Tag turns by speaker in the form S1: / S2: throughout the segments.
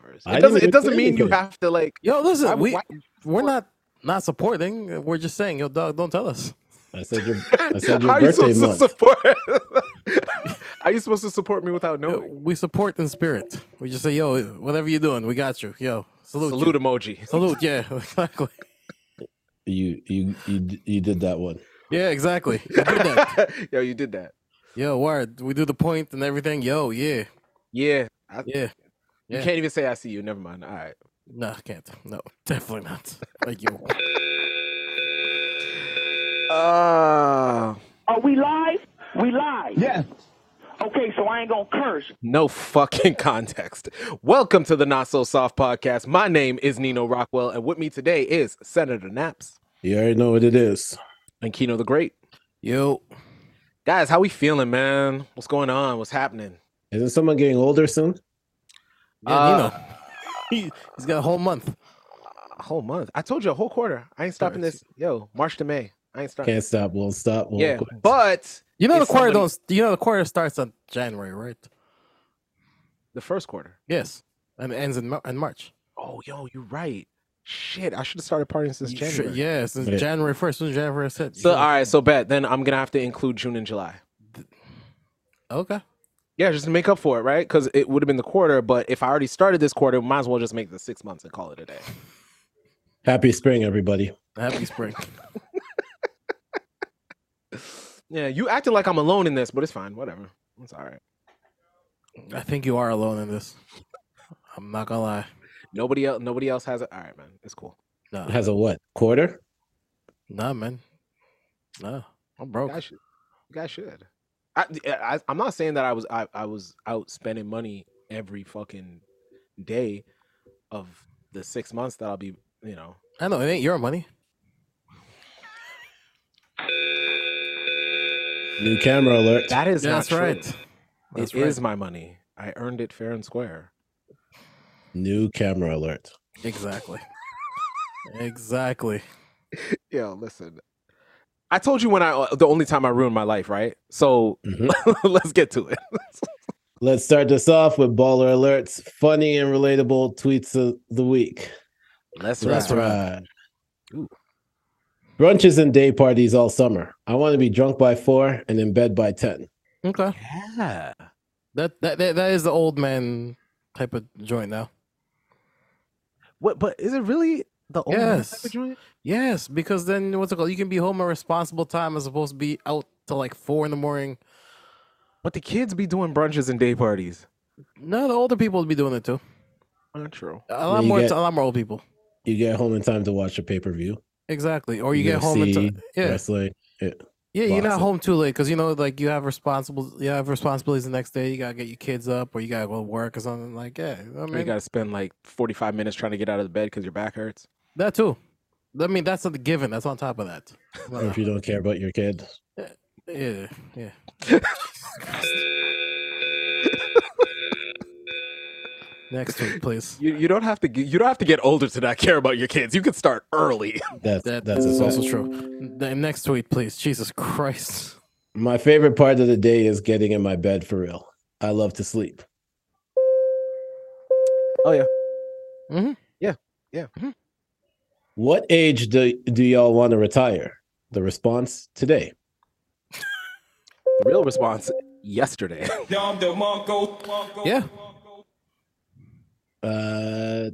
S1: Chris.
S2: I
S1: It doesn't.
S2: didn't
S1: It doesn't
S2: say
S1: mean you
S2: anything.
S1: have to like.
S3: Yo, listen,
S1: why-
S3: we
S1: why-
S3: we're not not supporting. We're just saying, yo, dog, don't tell us.
S2: I said your, I said
S1: How
S2: your
S1: are you
S2: birthday
S1: supposed
S2: month.
S1: to support? Are you supposed to support me without
S3: Yo,
S1: knowing?
S3: we support in spirit. We just say, yo, whatever you're doing, we got you. Yo, salute,
S1: Salute
S3: you.
S1: emoji.
S3: salute. Yeah, exactly.
S2: You you you d- you did that one.
S3: Yeah, exactly. We do that.
S1: Yo, you did that.
S3: Yo, word. We do the point and everything. Yo, yeah,
S1: Yeah. I,
S3: yeah.
S1: You
S3: yeah.
S1: can't even say I see you. Never mind. All right.
S3: No, I can't. No, definitely not. Thank you.
S1: Uh,
S4: Are we live? We live.
S5: Yes.
S4: Okay, so I ain't gonna curse.
S1: no fucking context. Welcome to the Not So Soft podcast. My name is Nino Rockwell, and with me today is Senator Naps
S2: You already know what it is.
S1: and Keno the Great.
S3: Yo,
S1: Guys, how we feeling, man? What's going on? What's happening?
S2: Isn't someone getting older soon?
S3: yeah,
S1: Uh,
S3: Nino. He, he's got a whole month.
S1: A whole month. I told you a whole quarter. I ain't stopping
S3: Sorry.
S1: this. Yo, March to May. I ain't stopping.
S2: Can't stop, won't stop. Won't
S1: Yeah,
S2: quit.
S1: but
S3: You know
S1: It's
S3: the quarter
S1: something-
S3: don't. You know the quarter starts on January, right?
S1: the first quarter.
S3: Yes, and ends in, Mar- in March.
S1: Oh, yo, you're right. Shit, I should have started partying since
S3: You should-
S1: January.
S3: yeah, since
S2: Yeah.
S3: January first. Since January sixth.
S1: So all right, so bet then I'm gonna have to include June and July.
S3: Okay.
S1: Yeah, just to make up for it, right? Because it would have been the quarter, but if I already started this quarter, might as well just make the six months and call it a day.
S2: Happy spring, everybody.
S3: Happy spring.
S1: Yeah, you acted like I'm alone in this, but it's fine. Whatever, it's all right.
S3: I think you are alone in this. I'm not gonna lie.
S1: Nobody else, nobody else has it. All right, man, it's cool.
S3: No,
S2: Has a what quarter?
S3: nah, man. No, I'm broke.
S1: You guys should. You guys should. I, I, I'm not saying that I was I, I was out spending money every fucking day of the six months that I'll be, you know.
S3: I know it ain't your money.
S2: New camera alert.
S1: That is
S3: Yeah,
S1: not
S3: that's
S1: true.
S3: right.
S1: It is
S3: That's right.
S1: my money. I earned it fair and square.
S2: New camera alert.
S3: Exactly. exactly.
S1: Yeah, listen. I told you when I the only time I ruined my life, right? So
S2: Mhm.
S3: Mm-hmm.
S1: let's get to it.
S2: Let's start this off with baller alerts, funny and relatable tweets of the week.
S1: Let's
S2: Let's
S1: ride.
S2: ride.
S1: Ooh.
S2: Brunches and day parties all summer. I want to be drunk by four and in bed by ten.
S3: Okay.
S1: Yeah.
S3: That, that that that is the old man type of joint now.
S1: What? But is it really the old man type
S3: Yes.
S1: of joint?
S3: Yes, because then what's it called? You can be home a responsible time as opposed to be out till like four in the morning.
S1: But the kids be doing brunches and day parties.
S3: No, the older people would be doing it too.
S1: Not true.
S3: A lot
S2: you
S3: more,
S2: get-
S3: a lot more old people.
S2: You get home in time to watch a pay per view.
S3: Exactly. Or you get home and t- yeah,
S2: wrestling.
S3: yeah. You're not
S2: boxing.
S3: home too late because you know, like you have responsible, you have responsibilities the next day. You gotta get your kids up, or you gotta go to work or something like yeah.
S1: You
S3: I mean,
S1: gotta spend like 45 minutes trying to get out of the bed because your back hurts.
S3: that too. I mean, that's not the given. That's on top of that.
S2: Or if you don't care about your kid.
S3: Yeah, yeah. Next tweet, please.
S1: You, you don't have to get, you don't have to get older to not care about your kids. You can start early.
S2: That's
S3: That
S2: that's a
S3: is
S2: fact.
S3: also true. The next tweet, please. Jesus Christ.
S2: My favorite part of the day is getting in my bed for real. I love to sleep.
S3: Mm-hmm.
S2: What age do, do y'all want to retire? The response today.
S1: Real response yesterday.
S3: Yeah.
S2: Uh,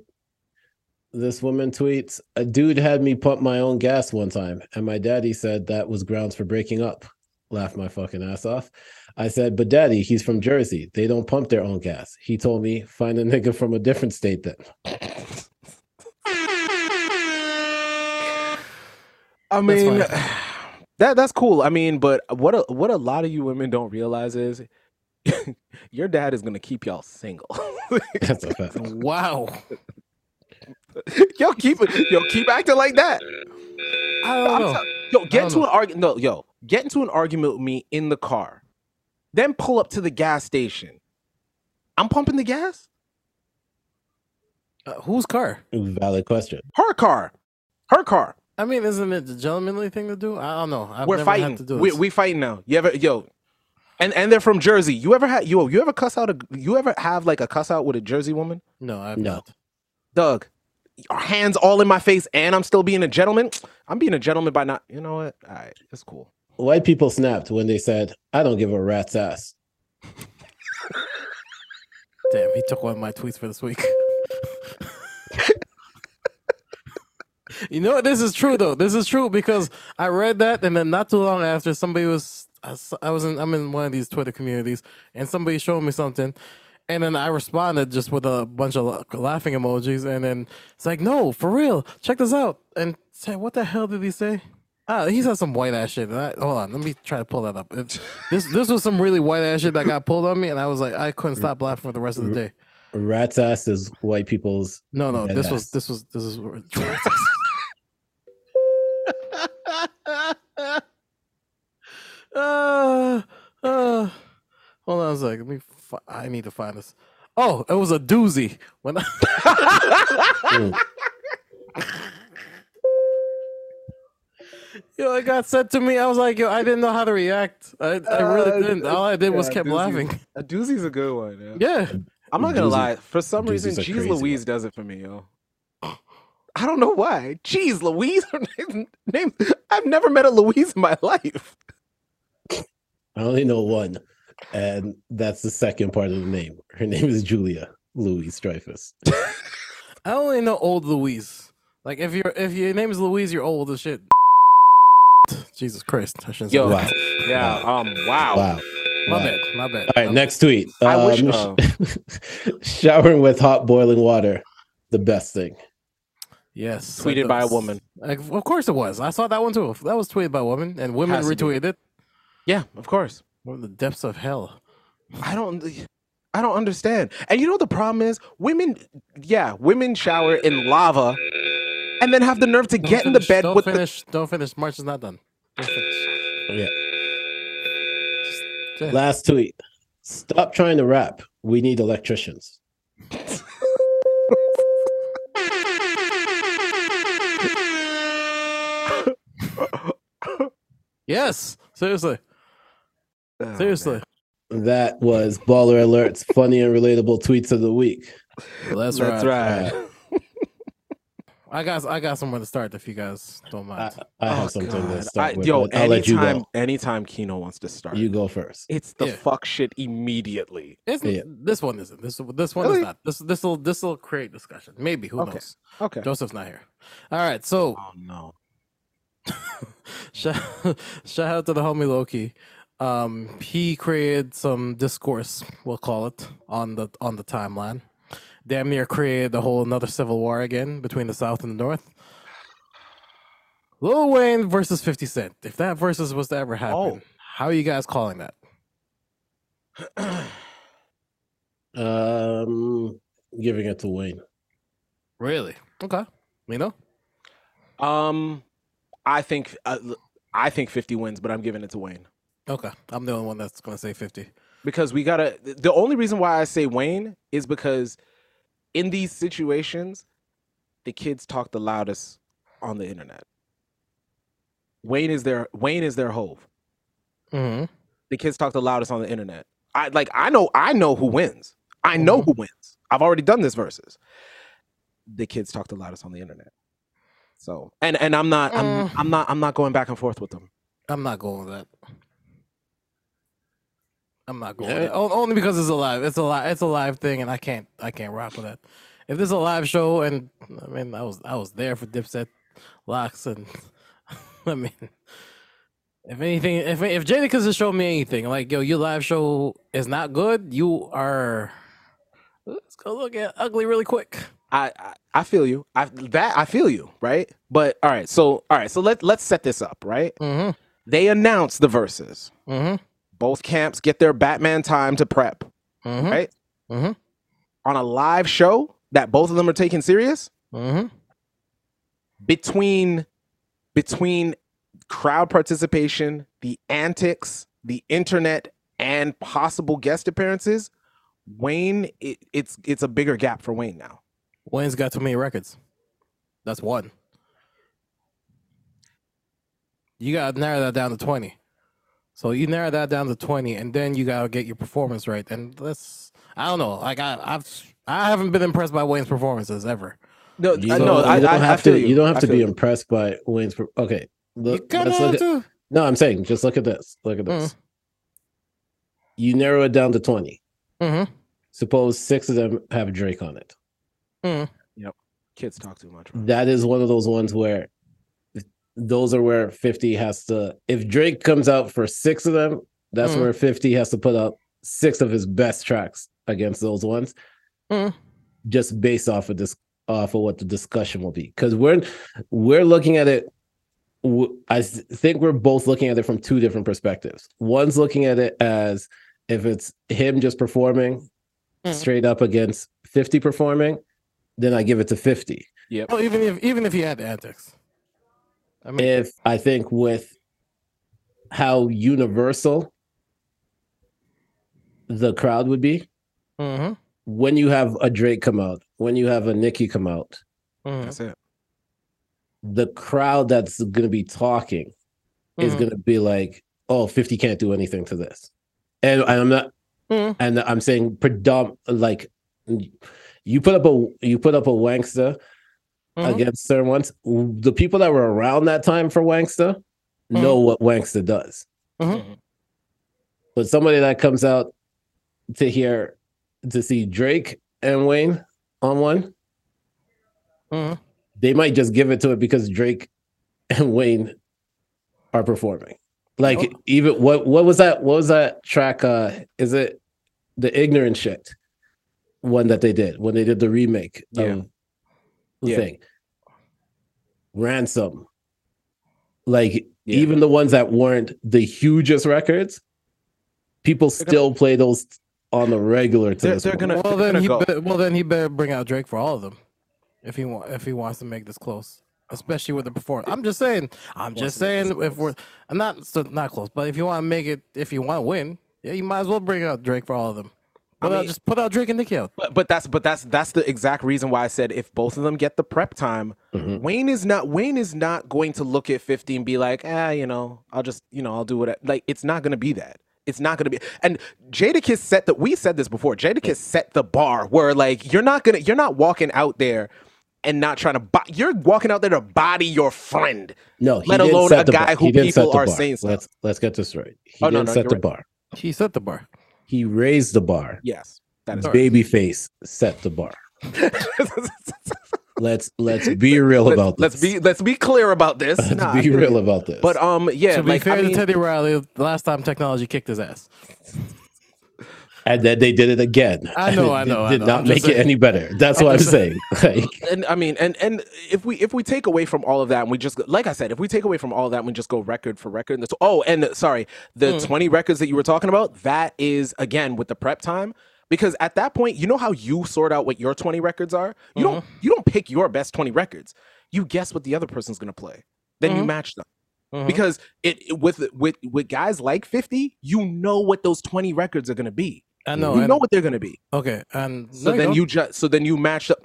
S2: this woman tweets A dude had me pump my own gas one time, and my daddy said that was grounds for breaking up. Laughed my fucking ass off. I said, But daddy, he's from Jersey. They don't pump their own gas. He told me, Find a nigga from a different state then.
S1: I mean, that that's cool. I mean, but what a, what a lot of you women don't realize is your dad is gonna keep y'all single.
S2: That's a fact.
S3: Wow.
S1: yo, keep it. Yo, keep acting like that.
S3: I don't
S1: I'm
S3: know.
S1: tell- yo, get
S3: don't
S1: into
S3: know.
S1: an argument. No, yo, get into an argument with me in the car, then pull up to the gas station. I'm pumping the gas.
S3: Uh, whose car?
S2: Valid question.
S1: Her car. Her car.
S3: I mean, isn't it the gentlemanly thing to do? I don't know. I've
S1: We're
S3: never had
S1: fighting.
S3: to do
S1: we
S3: this.
S1: we fighting now. You ever yo? And and they're from Jersey. You ever had you you ever cuss out a you ever have like a cuss out with a Jersey woman?
S3: No, I've
S2: No.
S3: not.
S1: Doug, your hands all in my face, and I'm still being a gentleman. I'm being a gentleman by not. You know what? All right, it's cool.
S2: White people snapped when they said, I don't give a rat's ass.
S3: Damn, he took one of my tweets for this week. you know what? This is true though. This is true because I read that, and then not too long after, somebody was I s- I was in I'm in one of these Twitter communities, and somebody showed me something, and then I responded just with a bunch of la- laughing emojis, and then it's like, no, for real, check this out, and say, what the hell did he say? Ah, he said some white ass shit. and I, hold on, let me try to pull that up. It- this this was some really white ass shit that got pulled on me, and I was like, I couldn't stop laughing for the rest of the day.
S2: Rat's ass is white people's.
S3: No, no,
S2: Dead
S3: this
S2: ass.
S3: was this was this is. uh, uh, hold on a second. Let me. Fi- I need to find this. Oh, it was a doozy. When I-
S2: Mm.
S3: yo, it got said to me, I was like, yo, I didn't know how to react. I, I really
S1: Uh,
S3: didn't. All I did was
S1: yeah,
S3: kept
S1: doozy.
S3: laughing.
S1: a doozie's a good one. Yeah.
S3: Yeah.
S1: I'm not gonna
S2: Doozy.
S1: lie. For some
S2: Doozy's
S1: reason,
S2: a
S1: Jeez
S2: crazy one.
S1: Louise does it for me, yo. I don't know why. Jeez Louise. her name- name. I've never met a Louise in my life.
S2: I only know one, and that's the second part of the name. Her name is Julia Louise Dreyfus.
S3: I only know old Louise. Like if your if your name is Louise, you're old as shit. Jesus Christ! I shouldn't say
S1: Yo.
S3: that.
S2: Wow.
S1: Yeah. Um. Wow.
S2: Wow.
S3: My
S2: Wow.
S3: bad. My bad.
S2: All right, next tweet.
S1: I wish.
S2: Um,
S1: Uh,
S2: Showering with hot boiling water, the best thing.
S3: Yes.
S1: Tweeted
S3: that
S1: by a
S3: was-
S1: woman.
S3: Like, of course it was. I saw that one too. That was tweeted by a woman, and women
S1: Has to be.
S3: retweeted it.
S1: yeah. Of course.
S3: From the depths of hell.
S1: I don't I don't understand. And you know what the problem is? Women yeah, women shower in lava and then have the nerve to
S3: Don't
S1: get in the
S3: finish-
S1: bed
S3: Don't
S1: with the
S3: finish. Don't finish. March is not done. Don't finish.
S2: Yeah.
S3: Just- just-
S2: Last tweet. Stop trying to rap. We need electricians.
S3: Yes. Seriously.
S1: Oh,
S3: Seriously.
S1: man.
S2: That was Baller Alert's funny and relatable tweets of the week.
S3: Well, that's,
S1: That's
S3: right.
S1: right.
S3: I got. I got somewhere to start if you guys don't
S2: I,
S3: mind.
S2: I
S1: Oh,
S2: have something
S1: God.
S2: to start
S1: I-
S2: with.
S1: Yo,
S2: but I'll let you
S1: anytime
S2: go.
S1: anytime Kino wants to start.
S2: You go first.
S1: It's the
S3: Yeah.
S1: fuck shit immediately.
S3: It's
S2: Yeah.
S3: this one isn't. This this one
S1: Really?
S3: is not. This this will this will create discussion. Maybe who
S1: Okay.
S3: knows?
S1: Okay.
S3: Joseph's not here. All right, so
S1: Oh no.
S3: shout, shout out to the homie Loki. Um, he created some discourse, we'll call it, on the on the timeline. Damn near created a whole another civil war again between the South and the North. Lil Wayne versus Fifty Cent. If that versus was to ever happen,
S1: Oh.
S3: how are you guys calling that?
S2: Um, giving it to Wayne.
S3: Really? Okay. You know?
S1: Um I think uh, I think 50 wins, but I'm giving it to Wayne.
S3: Okay. I'm the only one that's gonna say fifty.
S1: because we gotta th- the only reason why i say wayne is because in these situations the kids talk the loudest on the internet wayne is their wayne is their hove
S3: Mm-hmm.
S1: the kids talk the loudest on the internet i like i know i know who wins i know
S3: Mhm.
S1: who wins i've already done this versus the kids talk the loudest on the internet so and and i'm not I'm,
S3: Mm.
S1: I'm not i'm not going back and forth with them
S3: I'm not going with that. I'm not going.
S2: Yeah.
S3: with it. O- Only because it's a live. It's a live. It's a live thing, and I can't. I can't rock with that. If this is a live show, and I mean, I was I was there for Dipset, Locks, and I mean, if anything, if if Jadakiss has shown me anything, like yo, your live show is not good. You are. Let's go look at ugly really quick.
S1: I, I I feel you. I that I feel you, right? But all right, so all right, so let let's set this up, right?
S3: Mm-hmm.
S1: They announce the verses.
S3: Mm-hmm.
S1: Both camps get their Batman time to prep
S3: Mm-hmm.
S1: Right?
S3: Mm-hmm.
S1: on a live show that both of them are taking serious
S3: Mm-hmm.
S1: between between crowd participation, the antics, the internet, and possible guest appearances. Wayne, it, it's it's a bigger gap for Wayne now.
S3: Wayne's got too many records. That's one. You gotta narrow that down to twenty. So you narrow that down to twenty, and then you gotta get your performance right. And that's I don't know. Like I I've I haven't been impressed by Wayne's performances ever.
S1: No,
S2: You
S1: I,
S2: don't,
S1: no, I,
S2: you don't
S1: I,
S2: have
S1: I feel
S2: to. You. don't have
S1: I
S2: to
S1: feel
S2: be
S1: you.
S2: impressed by Wayne's. per- Okay,
S3: You
S2: look,
S3: kind of
S2: let's look
S3: have
S2: at-
S3: to.
S2: no, I'm saying just look at this. Look at this. You narrow it down to twenty.
S3: Mm-hmm.
S2: Suppose six of them have Drake on it.
S1: Kids talk too much. bro.
S2: That is one of those ones where those are where fifty has to. If Drake comes out for six of them, that's
S3: Mhm.
S2: where fifty has to put up six of his best tracks against those ones.
S3: Mhm.
S2: just based off of this off of what the discussion will be because we're we're looking at it w- i s- think we're both looking at it from two different perspectives one's looking at it as if it's him just performing
S3: Mhm.
S2: straight up against 50 performing then i give it to 50
S1: Yep.
S3: Oh, even if even if he had the antics, I mean,
S2: if i think with how universal the crowd would be
S3: mhm,
S2: when you have a drake come out when you have a nicki come out
S3: mhm,
S1: That's it.
S2: the crowd that's going to be talking is
S3: mhm.
S2: going to be like, oh, 50 can't do anything to this. And I'm not,
S3: Mhm.
S2: and I'm saying predom like you put up a you put up a Wangsta
S3: Mhm.
S2: against certain ones. The people that were around that time for Wangsta know what Wangsta does.
S3: Mhm.
S2: But somebody that comes out to hear to see Drake and Wayne on one,
S1: Mm-hmm.
S3: Mhm.
S2: they might just give it to it because Drake and Wayne are performing. Like
S3: Oh.
S2: even what what was that what was that track uh is it the ignorant shit one that they did when they did the remake
S1: Yeah.
S2: of the
S1: Yeah.
S2: thing. Ransom. Like
S1: Yeah.
S2: even the ones that weren't the hugest records, people
S1: They're gonna-
S2: still play those on the regular to
S1: They're-
S2: this
S1: they're
S2: point.
S1: gonna-
S3: Well then,
S1: gonna
S3: he
S1: go.
S3: be- well then he better bring out Drake for all of them, if he want if he wants to make this close, especially with the performance. I'm just saying, I'm
S1: Wants
S3: just
S1: to make this
S3: saying, if we're
S1: close.
S3: I'm not so not close, but if you want to make it, if you want to win, yeah, you might as well bring out Drake for all of them.
S1: I
S3: Put out,
S1: mean-
S3: just put out Drake and Nicki out.
S1: But but that's but that's that's the exact reason why I said if both of them get the prep time,
S2: Mhm.
S1: Wayne is not Wayne is not going to look at 50 and be like, ah, you know, I'll just, you know, I'll do what I, like it's not gonna be that. It's not gonna be and Jadakiss set that we said this before. Jadakiss set the bar where like you're not gonna you're not walking out there and not trying to bo- you're walking out there to body your friend.
S2: No, he
S1: let
S2: didn't
S1: alone
S2: set
S1: a
S2: the bar.
S1: guy who
S2: He didn't set
S1: people
S2: the
S1: are
S2: bar.
S1: saying stuff.
S2: Let's let's get this right. He
S1: Oh, no,
S2: didn't
S1: no,
S2: set
S1: you're
S2: the
S1: right.
S2: bar.
S3: He set the bar.
S2: He raised the bar.
S1: Yes. That is
S2: Babyface set the bar. Let's let's be real
S1: let's,
S2: about this.
S1: let's be let's be clear about this.
S2: let's
S1: Nah, I
S2: be
S1: feel
S2: real
S1: you.
S2: about this.
S1: But um, yeah,
S3: to be
S1: like
S3: fair
S1: I mean,
S3: to Teddy Riley, the last time technology kicked his ass.
S2: and then they did it again.
S3: I
S2: And
S3: know,
S2: it
S3: I
S2: did-
S3: know, I
S2: Did
S3: know.
S2: not
S3: I'm
S2: make
S3: just
S2: it
S3: saying.
S2: any better. That's what I'm saying. Like,
S1: and I mean, and and if we if we take away from all of that, and we just like I said, if we take away from all that, and we just go record for record. And that's, oh, and sorry, the
S3: Mm.
S1: twenty records that you were talking about, that is again with the prep time. Because at that point, you know how you sort out what your twenty records are. You don't
S3: Mm-hmm.
S1: you don't pick your best twenty records. You guess what the other person's gonna play. Then you
S3: Mhm.
S1: match them.
S3: Mhm.
S1: Because it it- with with with guys like fifty, you know what those twenty records are gonna be.
S3: I know.
S1: you
S3: and-
S1: know what they're gonna be.
S3: okay, and
S1: So
S3: no,
S1: then
S3: don't.
S1: you just so then you match up.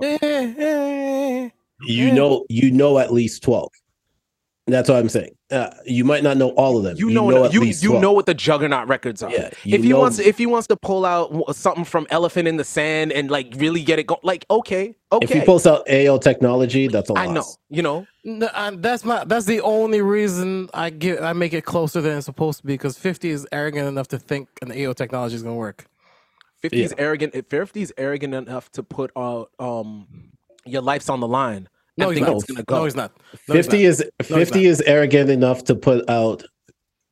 S3: Yeah, yeah, yeah, yeah.
S2: you
S3: Yeah.
S2: know, you know at least twelve. That's what I'm saying. Uh, you might not know all of them.
S1: You know,
S2: at
S1: you
S2: least
S1: you
S2: 12.
S1: know what the juggernaut records are.
S2: Yeah, you
S1: if he
S2: know-
S1: wants if he wants to pull out w- something from Elephant in the Sand and like really get it going, like okay, okay,
S2: If he posts out AL technology, that's a loss.
S1: I know, you know,
S3: No, I, that's not. That's the only reason I give. I make it closer than it's supposed to be because fifty is arrogant enough to think an AO technology is gonna work.
S1: 50's arrogant. If 50's arrogant enough to put out um your life's on the line,
S3: No,
S1: I
S3: he's
S1: think
S3: not.
S1: it's gonna go.
S3: No, he's not. No, he's
S2: Fifty
S3: not.
S2: is
S3: No, he's
S2: fifty
S3: not.
S2: is arrogant enough to put out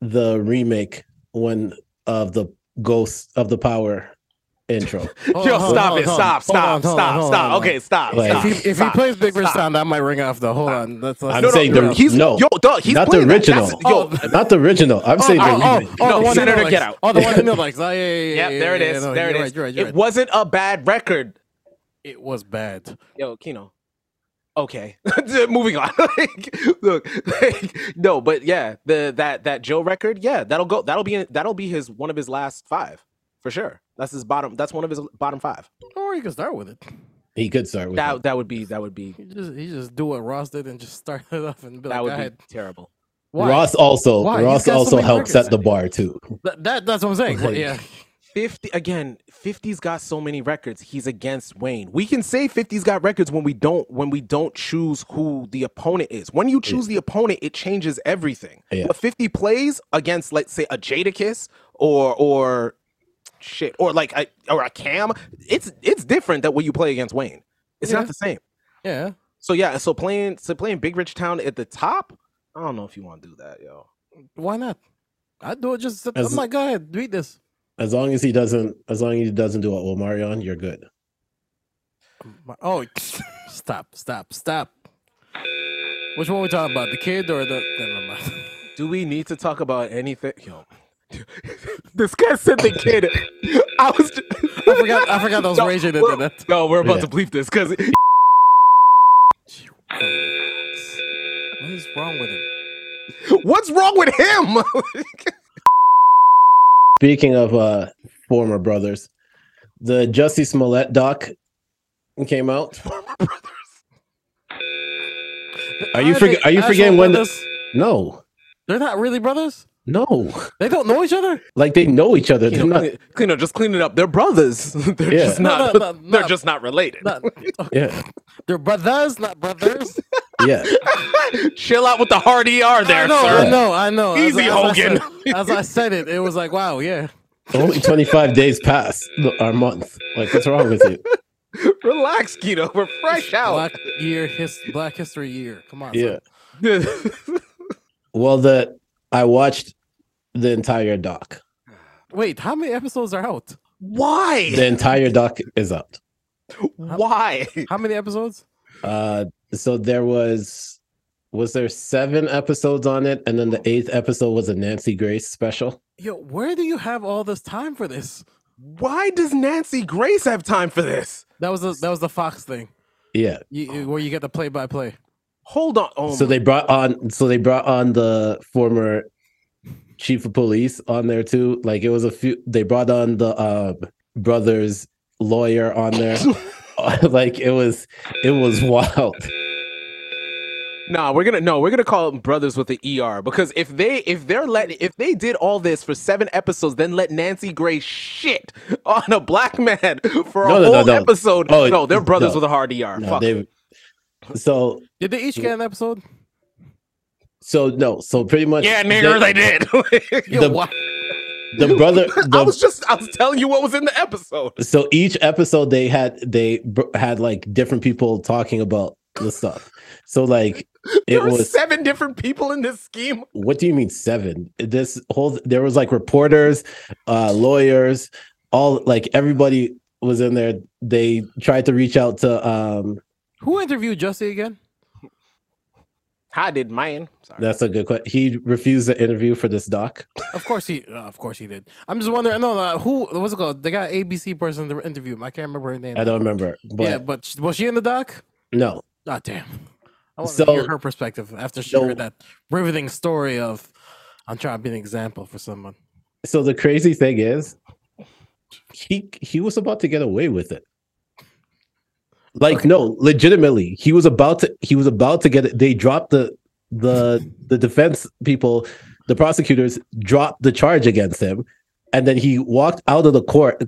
S2: the remake one of the Ghost of the Power intro.
S3: Hold
S1: Yo,
S3: on, hold
S1: stop
S3: on, hold
S1: it!
S3: on,
S1: Stop!
S3: hold
S1: Stop!
S3: on, hold on,
S1: Stop!
S3: hold on,
S1: Stop!
S3: hold on.
S1: Okay, stop!
S2: Like-
S1: stop,
S3: If he, if he
S1: stop,
S3: plays Big Rich
S1: stop.
S3: Sound, I might ring off the. Hold on. That's. that's
S2: I'm
S1: No, no,
S2: saying
S1: no,
S2: the
S1: he's
S2: no,
S1: yo, dog, he's
S2: not the
S1: playing that. That's-
S2: original.
S1: Yo,
S2: not the original. I'm
S3: Oh,
S2: saying the
S3: oh,
S2: remake.
S3: oh, oh,
S1: No,
S3: the one
S1: Senator,
S3: that
S1: get out.
S3: Oh, the one that likes. Oh, yeah, yeah, yeah,
S1: yeah, there it
S3: yeah,
S1: is.
S3: no,
S1: There it
S3: you're
S1: is.
S3: right, you're right, you're
S1: It
S3: right.
S1: wasn't a bad record.
S3: It was bad.
S1: yo, Kino. Okay, moving on. like, look, like, no, but yeah, the that that Joe record, yeah, that'll go. That'll be that'll be his one of his last five for sure. That's his bottom. That's one of his bottom five.
S3: Or you can start with it.
S2: He could start with
S1: That that would be that would be
S3: He just he just do what Ross did and just start it off and be
S1: that
S3: like,
S1: would
S3: "Go ahead."
S1: be terrible.
S3: Why?
S2: Ross also
S3: Why? He's
S2: Ross
S3: got so
S2: also
S3: many
S2: helps
S3: records.
S2: set the bar too.
S3: Th- that that's what I'm saying.
S2: Like-
S3: yeah.
S1: 50 again 50's got so many records he's against wayne we can say 50's got records when we don't when we don't choose who the opponent is when you choose the opponent it changes everything
S2: Yeah.
S1: but 50 plays against let's say a jadakiss or or shit or like a, or a cam it's it's different that when you play against wayne it's
S3: Yeah.
S1: not the same
S3: Yeah.
S1: so yeah so playing so playing big rich town at the top i don't know if you want to do that yo
S3: Why not? I do it just
S2: As-
S3: I'm like, go ahead, read this.
S2: As long as he doesn't as long as he doesn't do it Omarion, you're good.
S3: My- Oh stop, stop, stop. Which one we talking about? The kid or the never mind.
S1: Do we need to talk about anything? Yo, this guy said the kid. I was. ju-
S3: I forgot I forgot that was
S1: No,
S3: Ray J that
S1: we're-
S3: did that.
S1: No, we're about
S2: Yeah.
S1: to bleep this because
S3: What is wrong with him?
S1: what's wrong with him?
S2: Speaking of uh former brothers, the Jussie Smollett doc came out. Are you forg-
S3: they
S2: are you
S3: actual
S2: forgetting when the-
S3: brothers?
S2: No,
S3: they're not really brothers?
S2: no,
S3: They don't know each other?
S2: like they know each other. They're
S1: Clean
S2: not.
S1: up, clean up, just clean it up. They're brothers. They're
S2: Yeah.
S1: just
S3: No,
S1: not.
S3: no, no,
S1: they're
S3: no.
S1: just not related.
S3: Not,
S2: Yeah,
S3: they're brothers, not brothers.
S2: yeah.
S1: Chill out with the hard ER there,
S3: I know,
S1: sir.
S2: Yeah.
S3: I know, I know. As-
S1: Easy,
S3: as I said-
S1: Hogan.
S3: as I said it, it was like, wow, yeah.
S2: Only 25 days past the- our month. Like, what's wrong with you?
S1: Relax, Keto. We're fresh out.
S3: Black year, his Black History year. Come on,
S2: Yeah.
S3: son.
S2: Well, the I watched the entire doc.
S3: Wait, how many episodes are out?
S1: Why?
S2: The entire doc is out.
S1: Why?
S3: How many episodes?
S2: Uh, so there was was there seven episodes on it, and then the eighth episode was a Nancy Grace special.
S3: Yo, where do you have all this time for this?
S1: Why does Nancy Grace have time for this?
S3: That was the that was the Fox thing,
S2: Yeah.
S3: you, you- where you get the play by play.
S1: Hold on. Oh
S2: so
S1: my-
S2: they brought on so they brought on the former chief of police on there too. Like it was a few they brought on the uh brothers lawyer on there. like it was it was wild.
S1: Nah, we're gonna no, we're gonna call them brothers with the ER because if they if they're let if they did all this for seven episodes, then let Nancy Gray shit on a black man for a
S2: No, no, no,
S1: whole
S2: no.
S1: episode.
S2: Oh,
S1: no, they're brothers
S2: no.
S1: with a hard ER.
S2: No,
S1: Fuck.
S2: they so
S3: Did they each get an episode?
S2: so no so pretty much
S1: yeah, nigger, they, did.
S3: Yo,
S2: The-
S3: why-
S2: the brother
S1: I
S2: the,
S1: was just I was telling you what was in the episode.
S2: so each episode they had they br- had like different people talking about the stuff so like it
S1: There were
S2: was
S1: seven different people in this scheme.
S2: what do you mean seven this whole there was like reporters uh lawyers all like everybody was in there they tried to reach out to um
S3: who interviewed Jussie again?
S1: I did mine. Sorry.
S2: that's a good question he refused the interview for this doc
S3: Of course he, uh, of course he did. I'm just wondering. No, no, who? What's it called? They got ABC person to interview him. I can't remember her name.
S2: i don't remember but
S3: yeah, but she, was she in the doc?
S2: no
S3: God damn. I want to hear
S2: So-
S3: her perspective after she
S2: So-
S3: heard that riveting story of I'm trying to be an example for someone.
S2: so the crazy thing is he he was about to get away with it like
S3: Okay.
S2: no legitimately he was about to he was about to get it they dropped the the the defense people the prosecutors dropped the charge against him and then he walked out of the court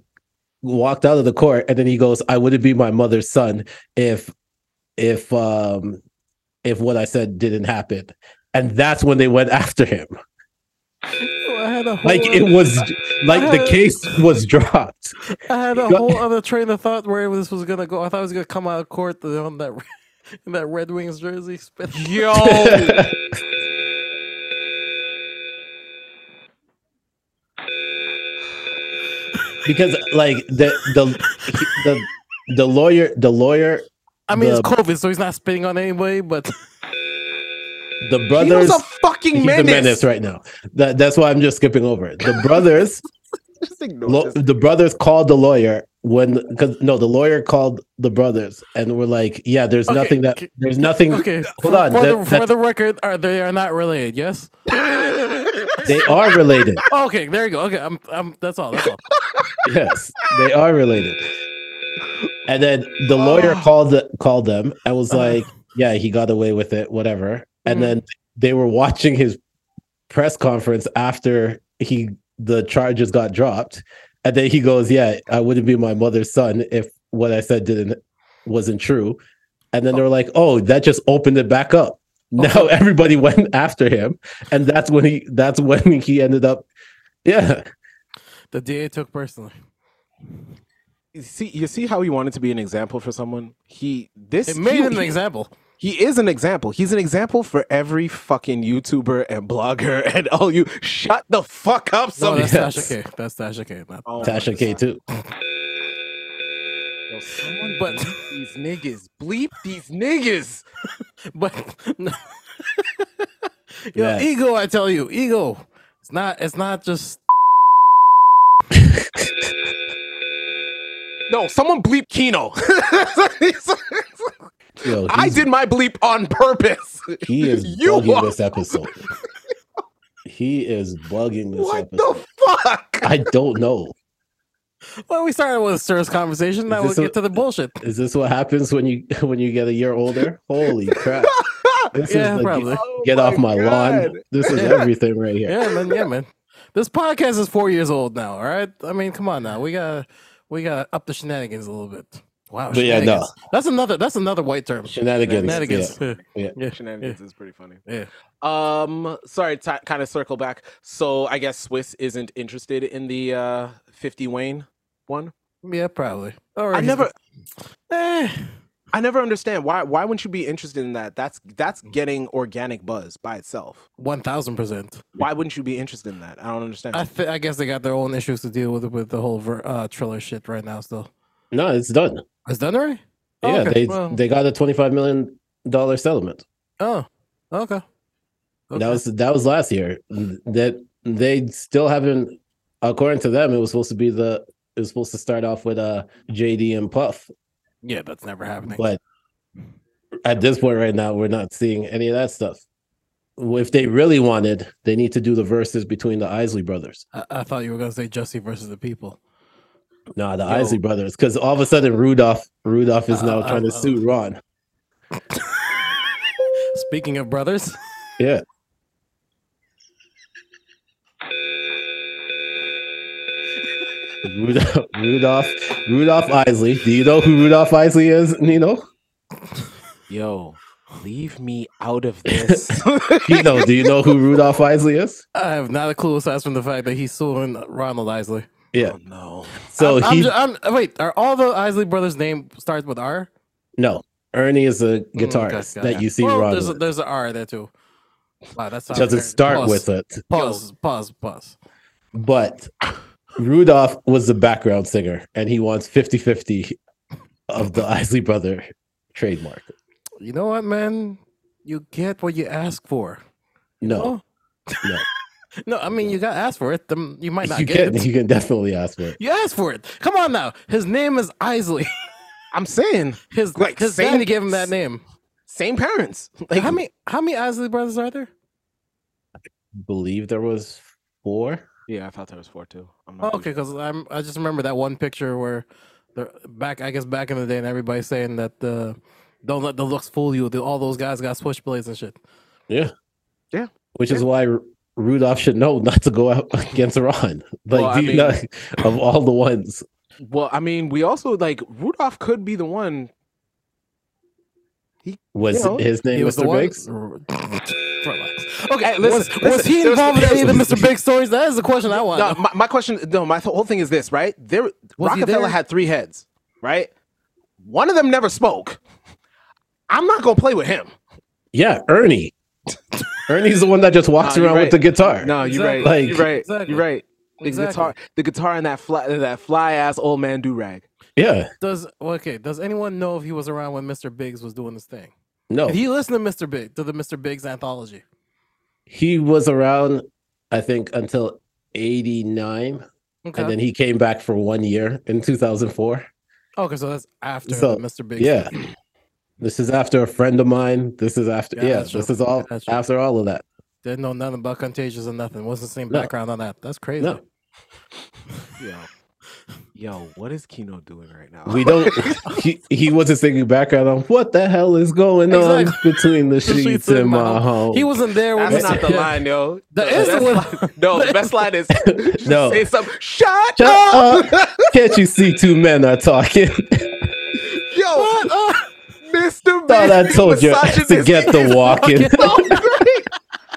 S2: walked out of the court and then he goes i wouldn't be my mother's son if if um if what i said didn't happen and that's when they went after him
S3: I had a whole,
S2: like it
S1: Oh.
S3: oth-
S2: was like
S1: Ah.
S2: the case was dropped
S3: I had a
S2: Go-
S3: whole other train of thought where this was gonna go. I thought it was gonna come out of court on that in that Red Wings jersey. Spin.
S1: Yo,
S2: because like the the the the lawyer the lawyer
S3: I mean, it's
S2: The-
S3: COVID, so he's not spitting on anybody. But
S2: the
S1: he
S2: brothers
S1: was a fucking
S2: he's a
S1: menace.
S2: menace right now that, that's why i'm just skipping over it the brothers
S1: Just ignore
S2: lo-
S1: this.
S2: the brothers called the lawyer when because no the lawyer called the brothers and were like yeah there's
S3: Okay,
S2: nothing that
S3: okay,
S2: there's nothing
S3: okay,
S2: hold
S3: for,
S2: on,
S3: For,
S2: that-
S3: the, for
S2: that's-
S3: the record, are they are not related? Yes. Oh,
S2: they are related
S3: Okay, there you go. Okay, I'm. I'm. That's all. That's all.
S2: yes they are related and then the lawyer
S1: Ah.
S2: called the, called them and was
S3: Ah.
S2: like yeah he got away with it whatever and
S1: Mm.
S3: Mhm.
S2: then they were watching his press conference after he the charges got dropped, and then he goes, "Yeah, I wouldn't be my mother's son if what I said didn't wasn't true." And then they were like, "Oh, that just opened it back up."
S1: Oh.
S2: Now everybody went after him, and that's when he that's when he ended up. Yeah,
S3: The DA took personally.
S1: You see, you see how he wanted to be an example for someone. He this
S3: It made
S1: he-
S3: him an
S1: he-
S3: example.
S1: He is an example. He's an example for every fucking YouTuber and blogger and all you. Shut the fuck up,
S3: No,
S1: somebody.
S3: that's
S2: yes.
S3: Tasha K. That's Tasha K. Not,
S1: Oh my
S2: Tasha K
S1: God.
S2: too.
S1: Yo, someone
S3: But-
S1: bleep these niggas, bleep these niggas.
S3: but no. Yo,
S2: Yeah.
S3: ego, I tell you, ego. It's not. It's not just.
S1: No, someone bleep Kino.
S2: Yo,
S1: I
S2: he's-
S1: did my bleep on purpose.
S2: He is
S1: You
S2: bugging
S1: are-
S2: this episode. He is bugging this
S1: What
S2: episode.
S1: the fuck?
S2: I don't know.
S3: Well, we started with a serious conversation. Now
S2: Is
S3: we'll
S2: this a-
S3: get to the bullshit.
S2: Is this what happens when you when you get a year older? Holy crap! This
S3: Yeah,
S2: is the
S3: probably.
S2: get,
S1: Oh
S2: get off my lawn. This is everything right here.
S3: Yeah, man. Yeah, man. This podcast is four years old now. All right. I mean, come on now. We got. We got to up the shenanigans a little bit. Wow.
S2: But yeah, no.
S3: shenanigans. That's another. That's another white term.
S2: Shenanigans.
S3: Shenanigans.
S2: Yeah.
S3: Yeah.
S1: Shenanigans is pretty funny.
S3: yeah.
S1: Um, sorry, t- kind of circle back. So I guess Swiss isn't interested in the uh 50 Wayne one.
S3: Yeah, probably. All right.
S1: I never,
S3: Eh,
S1: I never understand why. Why wouldn't you be interested in that? That's that's getting organic buzz by itself.
S3: one thousand percent.
S1: Why wouldn't you be interested in that? I don't understand.
S3: I th- I guess they got their own issues to deal with with the whole ver- uh, Triller shit right now. Still,
S2: Yeah. No, it's done.
S3: it's done already. Oh,
S2: Yeah,
S3: okay.
S2: they
S3: Well,
S2: they got a twenty five million dollar settlement.
S3: Oh, okay. Okay.
S2: That was that was last year. That they still haven't. According to them, it was supposed to be the it was supposed to start off with uh JD and Puff,
S3: yeah, that's never happening.
S2: but at this point right now, we're not seeing any of that stuff. If they really wanted, they need to do the verses between the Isley brothers.
S3: I, I thought you were gonna say Jesse versus the people.
S2: No, the
S3: Yo.
S2: Isley brothers, because all of a sudden Rudolph Rudolph is now
S3: Uh,
S2: trying to
S3: uh,
S2: sue Ron.
S3: Speaking of brothers,
S2: Yeah, Rudolph Rudolph Rudolph Isley. Do you know who Rudolph Isley is, Nino?
S1: Yo, leave me out of this.
S2: Nino, do you know who Rudolph Isley is?
S3: I have not a clue aside from the fact that he's suing Ronald Isley.
S2: Yeah.
S1: Oh, no.
S2: So
S3: Um, I'm, I'm
S2: he
S3: ju- I'm, wait, are all the Isley brothers' name starts with R?
S2: no Ernie is a
S3: Mm, okay,
S2: guitarist
S3: got
S2: that
S3: it.
S2: you see
S3: Well,
S2: Ron
S3: There's a,
S2: with.
S3: there's an R there too. Wow, that's
S2: doesn't start with it,
S3: Pause. Pause. Pause.
S2: but Rudolph was the background singer, and he wants 50-50 of the Isley brother trademark.
S3: You know what, man? You get what you ask for.
S2: No.
S3: Oh.
S2: No.
S3: no, I mean you got asked for it. Then you might not
S2: you
S3: get
S2: can
S3: it.
S2: you can definitely ask for it.
S3: You asked for it. Come on now. His name is Isley.
S1: I'm saying
S3: His
S1: Like,
S3: his
S1: same-
S3: daddy gave him that name.
S1: same parents. Like
S3: how many how many Isley brothers are there?
S2: Believe there was four.
S1: Yeah, I thought there was four too. I'm
S3: Oh,
S1: not
S3: okay, because I'm I just remember that one picture where they're back I guess back in the day and everybody's saying that uh, don't let the looks fool you. that All those guys got switchblades and shit.
S2: Which is why R- Rudolph should know not to go out against Ron. Like
S1: Well, I
S2: do you
S1: mean-
S2: know, of all the ones.
S1: Well, I mean, we also like Rudolph could be the one.
S2: Was
S1: You know,
S2: his name
S3: was
S2: Mr. Biggs?
S3: Relax. Okay,
S1: Hey, listen,
S3: was,
S1: listen,
S3: was he
S1: there's-
S3: involved in any of the
S1: there's-
S3: Mr. Big stories? That is the question I want.
S1: No, my, my question, no, my th- whole thing is this, right? There,
S3: he
S1: Rockefeller
S3: there?
S1: had three heads, right? One of them never spoke. I'm not gonna play with him.
S2: Yeah, Ernie. Ernie's the one that just
S1: Nah,
S2: walks
S1: you're
S2: around
S1: right.
S2: with the guitar.
S1: No, you're right.
S2: Exactly.
S1: you're right.
S3: Exactly.
S1: You're right. The
S3: Exactly.
S1: guitar, the guitar, and that fly, that fly ass old man do rag.
S2: Yeah.
S3: Does well, okay? Does anyone know if he was around when Mr. Biggs was doing this thing?
S2: No.
S3: Did he listen to Mr. Big to the Mr. Biggs anthology?
S2: He was around I think until 89
S3: Okay.
S2: and then he came back for one year in 2004.
S3: okay, so that's after
S2: So,
S3: the Mr. Biggs.
S2: Yeah. This is after a friend of mine. This is after
S3: Yeah,
S2: yeah,
S3: that's true.
S2: this is all
S3: That's true.
S2: after all of that.
S3: Didn't know nothing about contagious or nothing. Wasn't the same
S2: No.
S3: background on that. That's crazy.
S2: No.
S1: Yeah. Yo, what is Kino doing right now?
S2: We don't. he, he wasn't thinking background on what the hell is going on
S3: Exactly.
S2: between the
S3: The
S2: sheets, and my home.
S3: He wasn't there when
S1: That's
S3: this-
S1: not the
S3: yeah.
S1: line, yo.
S3: That is the
S1: best
S3: one.
S1: line- no,
S3: That
S1: the
S3: is
S1: best line is
S2: No.
S1: say something. Shut,
S2: Shut
S1: up,
S2: Can't you see two men are talking?
S1: yo,
S3: Shut up.
S1: Mister.
S2: Thought I told you to get the walking.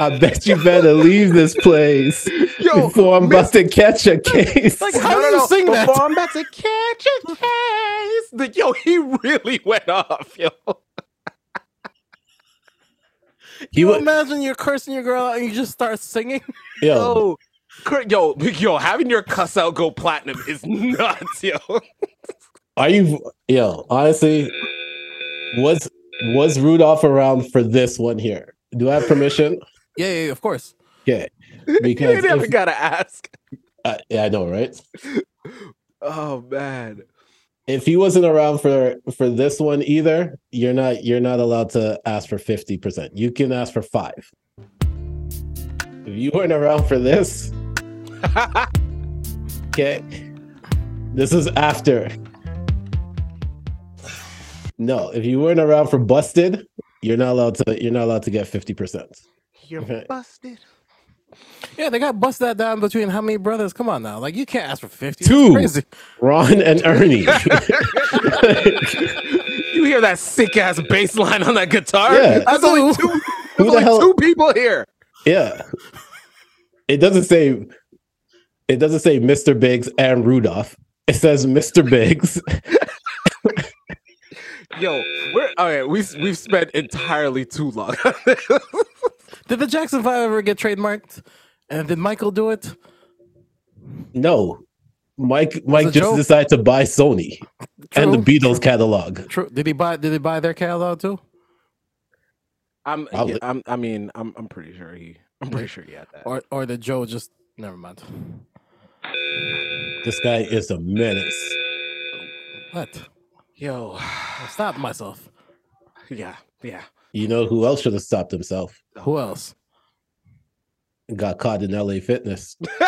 S2: I bet you better leave this place
S1: Yo,
S2: before I'm about to catch a case.
S3: Like, how do you sing
S1: Before
S3: that?
S1: I'm about to catch a case. The- yo, he really went off, yo.
S2: He
S3: you
S2: wa-
S3: imagine you're cursing your girl out and you just start singing.
S2: Yo,
S1: Yo, cur- yo, yo, having your cuss out go platinum is nuts, yo.
S2: are you? Yo, honestly, was was Rudolph around for this one here? Do I have permission?
S3: Yeah, yeah, yeah, of course.
S2: Okay,
S1: you
S2: because
S1: never
S2: if,
S1: gotta ask.
S2: I, Uh, yeah, I know, right?
S1: Oh man,
S2: If he wasn't around for for this one either, you're not you're not allowed to ask for fifty percent. You can ask for five. If you weren't around for this, okay, this is after. No, if you weren't around for busted, you're not allowed to. You're not allowed to get fifty percent.
S1: you're
S2: Okay.
S1: busted.
S3: Yeah, they got bust that down between how many brothers? Come on now, like you can't ask for fifty.
S2: Two.
S3: That's crazy.
S2: Ron and Ernie.
S1: You hear that sick ass bass line on that guitar?
S2: Yeah.
S1: There's only
S3: Dude.
S1: two,
S2: Who
S1: there's
S2: the
S1: only
S2: hell-
S1: two people here.
S2: Yeah. It doesn't say it doesn't say Mr. Biggs and Rudolph. It says Mr. Biggs.
S1: Yo, we're all right. We we've spent entirely too long.
S3: Did the Jackson Five ever get trademarked? And did Michael do it?
S2: No. Mike Mike
S3: a
S2: just
S3: joke.
S2: decided to buy Sony and the
S3: True.
S2: Beatles catalog.
S3: True. Did he buy? Did he buy their catalog too?
S1: I'm,
S2: Probably.
S1: I'm, I mean, I'm, I'm pretty sure he, I'm pretty sure he had that.
S3: Or or did Joe just? Never mind.
S2: This guy is a menace.
S3: What?
S1: Yo,
S3: I stopped myself.
S1: yeah, yeah.
S2: You know who else should have stopped himself?
S3: Who else?
S2: Got caught in LA Fitness.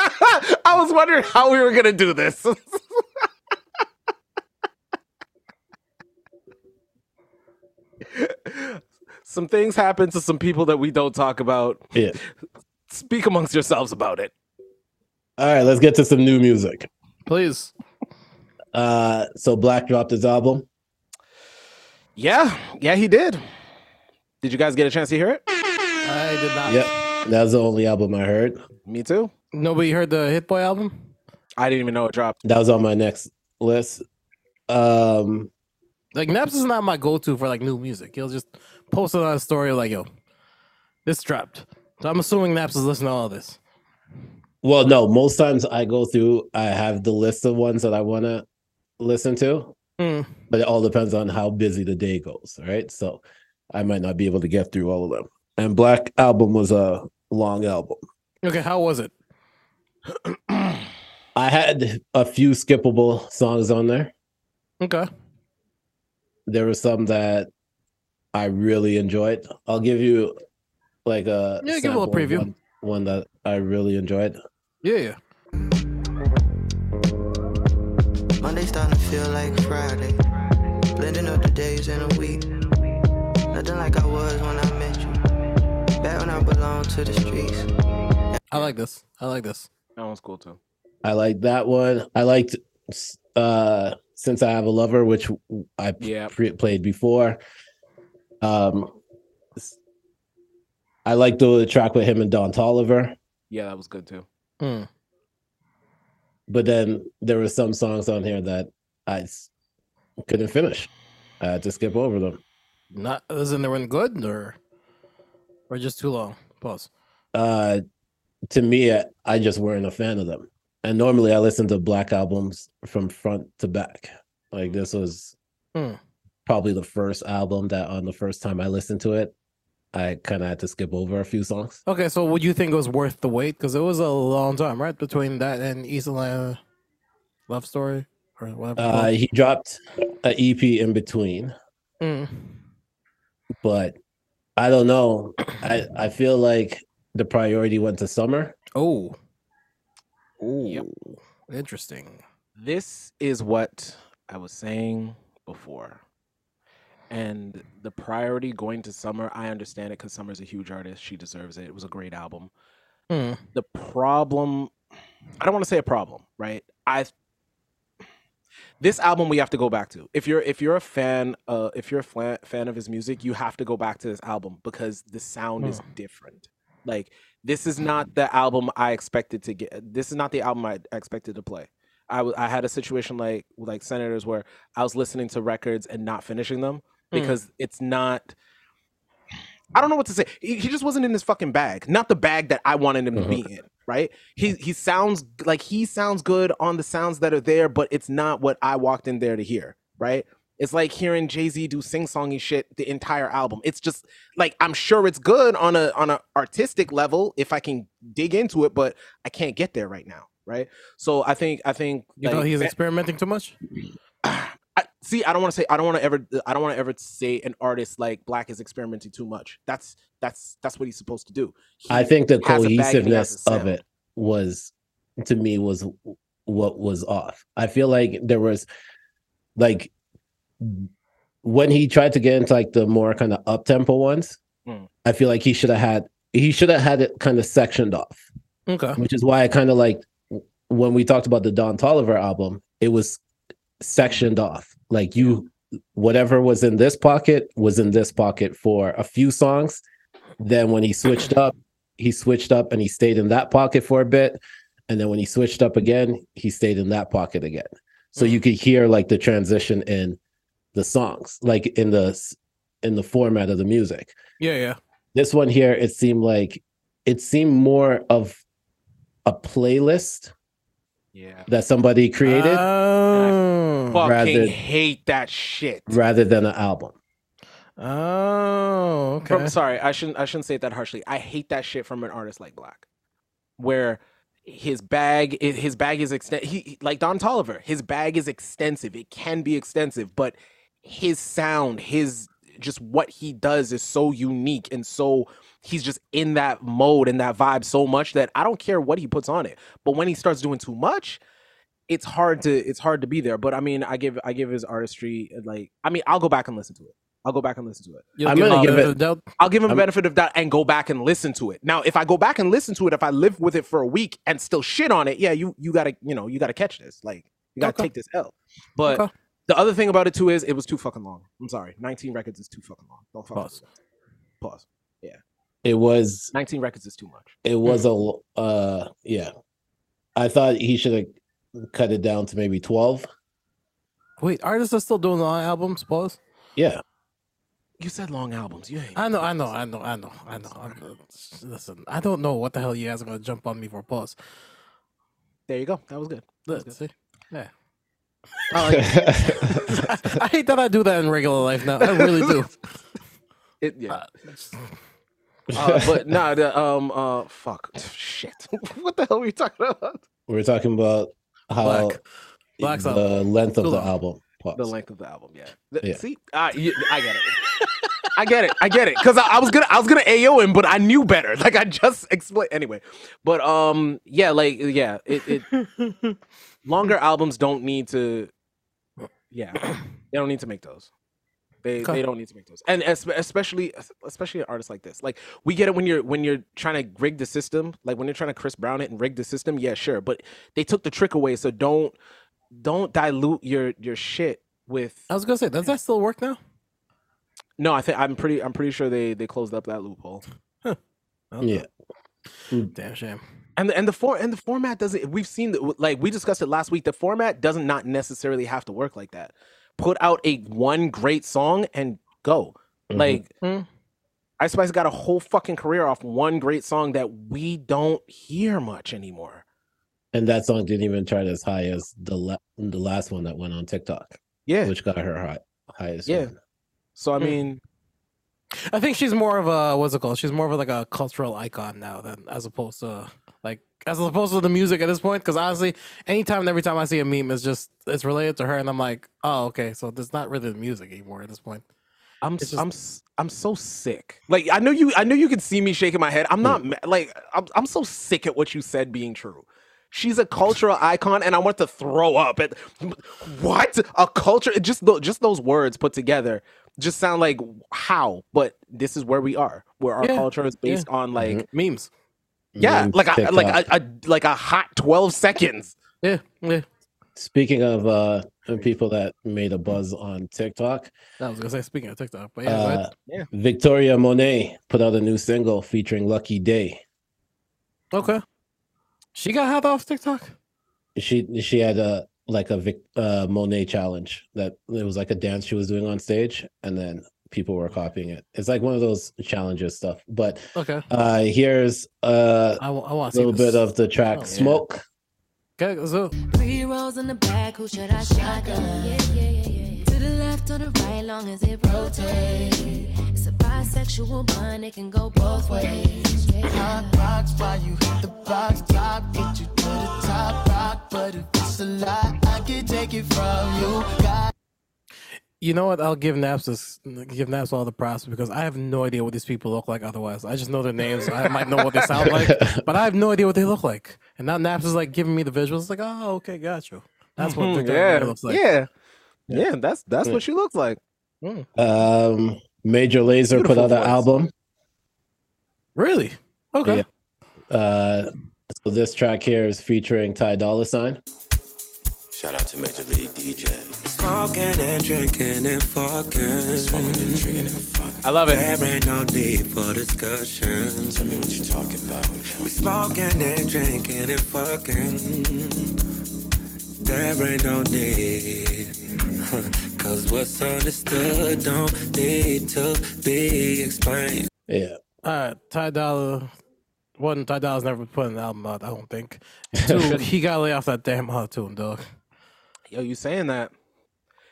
S1: I was wondering how we were gonna do this. some things happen to some people that we don't talk about.
S2: Yeah.
S1: Speak amongst yourselves about it.
S2: All right, let's get to some new music.
S3: Please.
S2: Uh so Black dropped his album.
S1: Yeah, yeah, he did. Did you guys get a chance to hear it?
S3: I did not.
S2: Yep. That's the only album I heard.
S1: Me too.
S3: Nobody heard the Hit Boy album.
S1: I didn't even know it dropped.
S2: That was on my next list. Um
S3: Like Naps is not my go-to for like new music. He'll just post it on a story like, "Yo, this dropped." So I'm assuming Naps is listening to all this.
S2: Well, no, most times I go through, I have the list of ones that I want to listen to,
S3: Hmm.
S2: but it all depends on how busy the day goes, right? So I might not be able to get through all of them. And Black Album was a long album.
S3: Okay, how was it?
S2: I had a few skippable songs on there.
S3: Okay.
S2: There were some that I really enjoyed. I'll give you like a
S3: Yeah, give a
S2: sample
S3: little
S2: of
S3: preview.
S2: One, one that I really enjoyed.
S3: Yeah, yeah.
S5: Monday starting to feel like Friday. Blending up the days in a week. Nothing like I was when I met you. Back when I belonged to the streets.
S3: I like this. I like this.
S1: That one's cool too.
S2: I like that one. I liked uh since I have a lover, which I
S1: Yeah.
S2: pre- played before. Um, s- I liked the track with him and Don Tolliver,
S1: Yeah, that was good too.
S3: Hmm.
S2: but then there were some songs on here that I s- couldn't finish. I had to skip over them.
S3: Not as in they weren't good or or just too long. Pause.
S2: Uh, to me, I, I just weren't a fan of them. And normally, I listen to black albums from front to back. Like this was
S3: Hmm.
S2: probably the first album that on the first time I listened to it, I kind of had to skip over a few songs.
S3: Okay, so would you think it was worth the wait? Because it was a long time, right? Between that and East Atlanta Love Story or whatever. it's
S2: Uh,
S3: called.
S2: he dropped an EP in between,
S1: Uh,
S3: Mm.
S2: but I don't know. I, I feel like the priority went to summer
S3: Oh.
S1: Ooh. Yep.
S3: Interesting.
S1: this is what I was saying before. And the priority going to Summer, I understand it because Summer's a huge artist. She deserves it. It was a great album.
S3: Hmm.
S1: The problem, I don't want to say a problem, right? I this album we have to go back to. If you're if you're a fan, uh, if you're a fla- fan of his music, you have to go back to this album because the sound is different. Like this is not the album I expected to get. This is not the album I expected to play. I w- I had a situation like like senators where I was listening to records and not finishing them because it's not. I don't know what to say. He, he just wasn't in his fucking bag. Not the bag that I wanted him to
S2: Mhm.
S1: be in. Right? He he sounds g- like he sounds good on the sounds that are there, but it's not what I walked in there to hear. Right? It's like hearing Jay Z do sing songy shit the entire album. It's just like I'm sure it's good on a on a artistic level if I can dig into it, but I can't get there right now. Right? So I think I think
S3: You
S1: like, eh.
S3: thought he's
S1: fa-
S3: experimenting too much?
S1: I, see, I don't want to say I don't want to ever I don't want to ever say an artist like Black is experimenting too much. That's that's that's what he's supposed to do.
S2: I
S1: He-
S2: think the
S1: has a bag and he has a
S2: cohesiveness of
S1: sound.
S2: it was to me was w- what was off. I feel like there was like when he tried to get into like the more kind of up tempo ones,
S1: Mm.
S2: I feel like he should have had he should have had it kind of sectioned off,
S3: Okay.
S2: which is why I kind of like when we talked about the Don Tolliver album, it was sectioned off. Like you whatever was in this pocket was in this pocket for a few songs. Then when he switched up, he switched up and he stayed in that pocket for a bit. And then when he switched up again, he stayed in that pocket again. So you could hear like the transition in the songs, like in the s- in the format of the music.
S3: Yeah, yeah.
S2: This one here, it seemed like it seemed more of a playlist
S1: Yeah.
S2: that somebody created
S1: Ah.
S3: Oh.
S1: Fucking
S2: rather-
S1: hate that shit.
S2: rather than an album.
S3: Oh, okay.
S1: From sorry, I shouldn't I shouldn't say it that harshly. I hate that shit from an artist like Black, where his bag i- his bag is extensive. He he- like Don Tolliver. His bag is extensive. It can be extensive, but his sound, his just what he does is so unique and so he's just in that mode and that vibe so much that I don't care what he puts on it. But when he starts doing too much, it's hard to it's hard to be there. But I mean, I give I give his artistry like I mean, I'll go back and listen to it. I'll go back and listen to it.
S3: You'll
S2: I'm gonna
S3: him
S2: give
S3: the
S2: it-
S3: doubt?
S1: I'll give him the
S2: I'm-
S1: benefit of doubt and go back and listen to it. Now, if I go back and listen to it, if I live with it for a week and still shit on it, yeah, you you gotta you know you gotta catch this. Like you gotta
S3: Okay.
S1: take this L. But
S3: Okay.
S1: the other thing about it too is it was too fucking long. I'm sorry, 19 records is too fucking long. Don't fucking do
S3: Pause.
S1: that. Pause.
S2: It was
S1: 19 records is too much.
S2: it was a l- uh yeah. I thought he should have cut it down to maybe 12.
S3: Wait, artists are still doing long albums, suppose?
S2: Yeah.
S1: You said long albums. You ain't.
S3: I know, I know, I know, I know, I know. I'm, uh, listen, I don't know what the hell you guys are gonna jump on me for. Pause.
S1: There you go. That was good.
S3: Look,
S1: good.
S3: see? Yeah.
S1: Oh,
S3: I, I hate that I do that in regular life now. I really do.
S1: It, yeah.
S3: Uh,
S1: Uh, but nah, the, um, uh, fuck, shit. what the hell were you talking about?
S2: We're talking about how
S3: Black. Black's
S2: the
S3: album.
S2: length of
S3: Too
S2: the
S3: long.
S2: album. Pause.
S1: the length of the album. Yeah. The-
S2: Yeah.
S1: See, I, y- I get it. I get it. I get it. Cause I, I was gonna, I was gonna AO him, but I knew better. Like I just explained anyway. But um, yeah, like yeah, it, it longer albums don't need to. Yeah, they don't need to make those. They
S3: Okay.
S1: they don't need to make those, and es- especially especially an artist like this. Like we get it when you're when you're trying to rig the system. Like when you're trying to Chris Brown it and rig the system. Yeah, sure, but they took the trick away, so don't don't dilute your your shit with
S3: I was gonna say, does that still work now?
S1: no i think i'm pretty i'm pretty sure they they closed up that loophole
S3: Oh,
S2: Yeah.
S3: Damn shame.
S1: and the, and the for and the format doesn't we've seen the, like we discussed it last week the format doesn't not necessarily have to work like that put out a one great song and go
S2: Mhm.
S1: like
S3: Mm.
S1: ice spice got a whole fucking career off one great song that we don't hear much anymore
S2: and that song didn't even chart as high as the la- the last one that went on TikTok,
S1: yeah
S2: which got her high- highest.
S1: Yeah.
S2: one.
S1: so i
S3: Mm.
S1: mean
S3: I think she's more of a what's it called? She's more of like a cultural icon now than as opposed to like as opposed to the music at this point. Because honestly, anytime and every time I see a meme, it's just it's related to her, and I'm like, oh okay, so it's not really the music anymore at this point.
S1: I'm
S3: It's
S1: s I'm s- I'm so sick. Like I know
S3: Mm.
S1: you I know you can see me shaking my head. I'm not ma- like I'm I'm so sick at what you said being true. She's a cultural icon, and I want to throw up. At, what a culture! It Just tho- just those words put together just sound like how. But this is where we are, where our
S3: Yeah,
S1: culture is based on like
S3: Memes.
S1: yeah,
S2: Memes,
S1: like a,
S2: TikTok.
S1: like a, a like a hot twelve seconds.
S3: Yeah, yeah.
S2: Speaking of uh, people that made a buzz on TikTok,
S3: I was gonna say speaking of TikTok, but yeah, go ahead.
S2: uh,
S1: Yeah.
S2: Victoria Monet put out a new single featuring Lucky Day.
S3: okay. She got hot off TikTok.
S2: She she had a like a Vic, uh, Monet challenge that it was like a dance she was doing on stage, and then people were copying it. It's like one of those challenges stuff. But
S3: Okay,
S2: uh, here's uh, a
S3: I, want to see
S2: little
S3: this.
S2: bit of the track
S3: Oh, yeah.
S2: "Smoke."
S3: Okay, so
S6: Three rows in the back, who should I shotgun? To the left or the right, long as it rotates. It's a bisexual bond, it can go both ways. Uh-huh.
S7: Hot box, why you hit the box top? Get you to the top rock, but if it's a lie, I can take it from you. Got
S3: you know what? I'll give Naps this, give Naps all the props because I have no idea what these people look like. Otherwise, I just know their names. I might know what they sound like, but I have no idea what they look like. And now Naps is like giving me the visuals. It's like, oh, okay, got you. That's what Victoria Monet looks like.
S1: Mm, Mm-hmm. yeah, yeah, That's that's
S2: Yeah.
S1: what she looks like.
S2: Um, Major Laser put
S1: Beautiful
S2: out an
S1: voice.
S2: album.
S3: Really? Okay.
S2: Yeah. Uh, so this track here is featuring Ty Dolla Sign.
S8: Shout out to Major League DJ.
S9: Smoking and drinking and fucking.
S8: Smoking and drinking and fucking.
S1: I love it.
S9: There ain't no need for discussion.
S8: Tell me what you talking about.
S9: We smoking and drinking and fucking. There ain't no need. Cause what's understood don't need to be explained.
S2: Yeah.
S3: All right. Ty Dolla. One, Ty Dolla's never put an album out. I don't think. And Two, he got to lay off that damn autotune, dog.
S1: Yo, you saying that?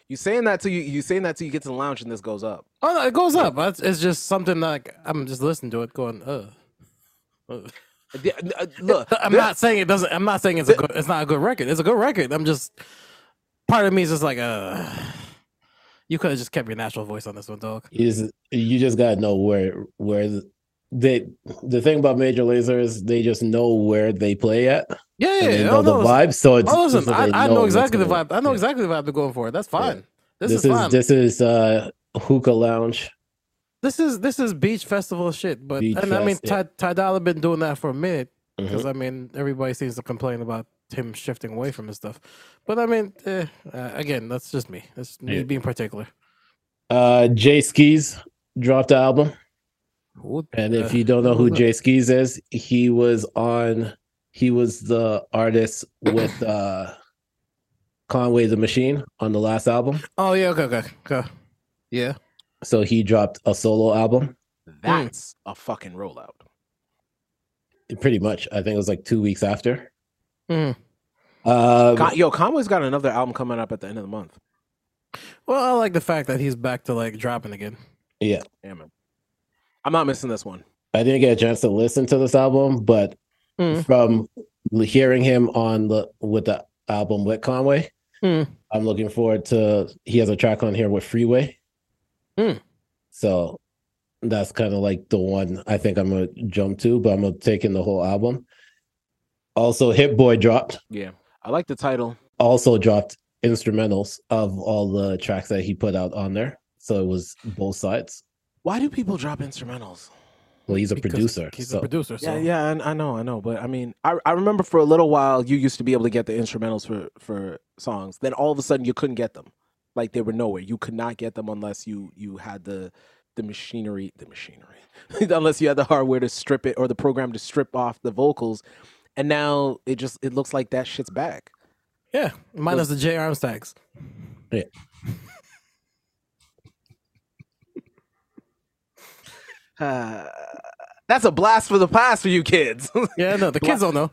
S1: You saying that till you you saying that till you get to the lounge and this goes up.
S3: Oh no, it goes up. It's, it's just something like I'm just listening to it, going, uh. uh.
S1: The- uh, Look,
S3: I'm
S1: the-
S3: not saying it doesn't. I'm not saying it's a good, it's not a good record. It's a good record. I'm just part of me is just like uh, you could have just kept your natural voice on this one, dog.
S2: You just, you just gotta know where where th- they the thing about Major Laser is they just know where they play at.
S3: Yeah,
S2: and
S3: yeah.
S2: they
S3: yeah.
S2: know
S3: Oh,
S2: the
S3: no, it's-
S2: vibe. So it's
S3: oh, listen,
S2: so
S3: I,
S2: they
S3: I
S2: know
S3: know
S2: what's
S3: exactly the
S2: going
S3: vibe. I know
S2: Yeah.
S3: exactly the vibe they're going for. That's fine. This,
S2: This
S3: is, fine.
S2: is
S3: This,
S2: this is uh hookah lounge.
S3: is this is beach festival shit. But
S2: Beach
S3: and I mean,
S2: fest, yeah.
S3: Ty, Ty Dolla been doing that for a minute
S2: Mhm.
S3: because I mean, everybody seems to complain about him shifting away from his stuff. But I mean, eh, uh, again, that's just me. That's me
S2: Yeah.
S3: being particular.
S2: Uh Jay Skis dropped the album.
S3: Who-
S2: And
S3: uh,
S2: if you don't know who
S3: who's that?
S2: Jay Skis is, he was on he was the artist with uh Conway the Machine on the last album.
S3: Oh yeah, okay, okay, okay. Yeah.
S2: So he dropped a solo album.
S1: that's Hmm. a fucking rollout.
S2: Pretty much. I think it was like two weeks after.
S3: Mhm.
S2: Um,
S1: Con- Yo, Conway's got another album coming up at the end of the month.
S3: Well, I like the fact that he's back to like dropping again.
S2: yeah.
S1: Damn it. I'm not missing this one.
S2: I didn't get a chance to listen to this album, but
S3: Mm.
S2: from l- hearing him on the with the album with Conway,
S3: Mm.
S2: I'm looking forward to he has a track on here with Freeway.
S3: Mm.
S2: So that's kind of like the one I think I'm gonna jump to, but I'm gonna take in the whole album. Also, Hit Boy dropped,
S1: Yeah, I like the title.
S2: also dropped instrumentals of all the tracks that he put out on there. So it was
S1: Hmm.
S2: both sides.
S1: Why do people drop instrumentals?
S2: Well, he's a
S3: Because
S2: producer.
S3: He's
S2: so-
S3: a producer. So.
S1: Yeah, yeah, I, I know, I know, but I mean, I, I remember for a little while you used to be able to get the instrumentals for for songs. Then all of a sudden you couldn't get them, like they were nowhere. You could not get them unless you you had the the machinery, the machinery, unless you had the hardware to strip it or the program to strip off the vocals. And now it just it looks like that shit's back.
S3: Yeah. Minus the J Armstacks.
S2: Yeah.
S1: Uh, that's a blast for the past for you kids.
S3: Yeah. No, the kids don't know.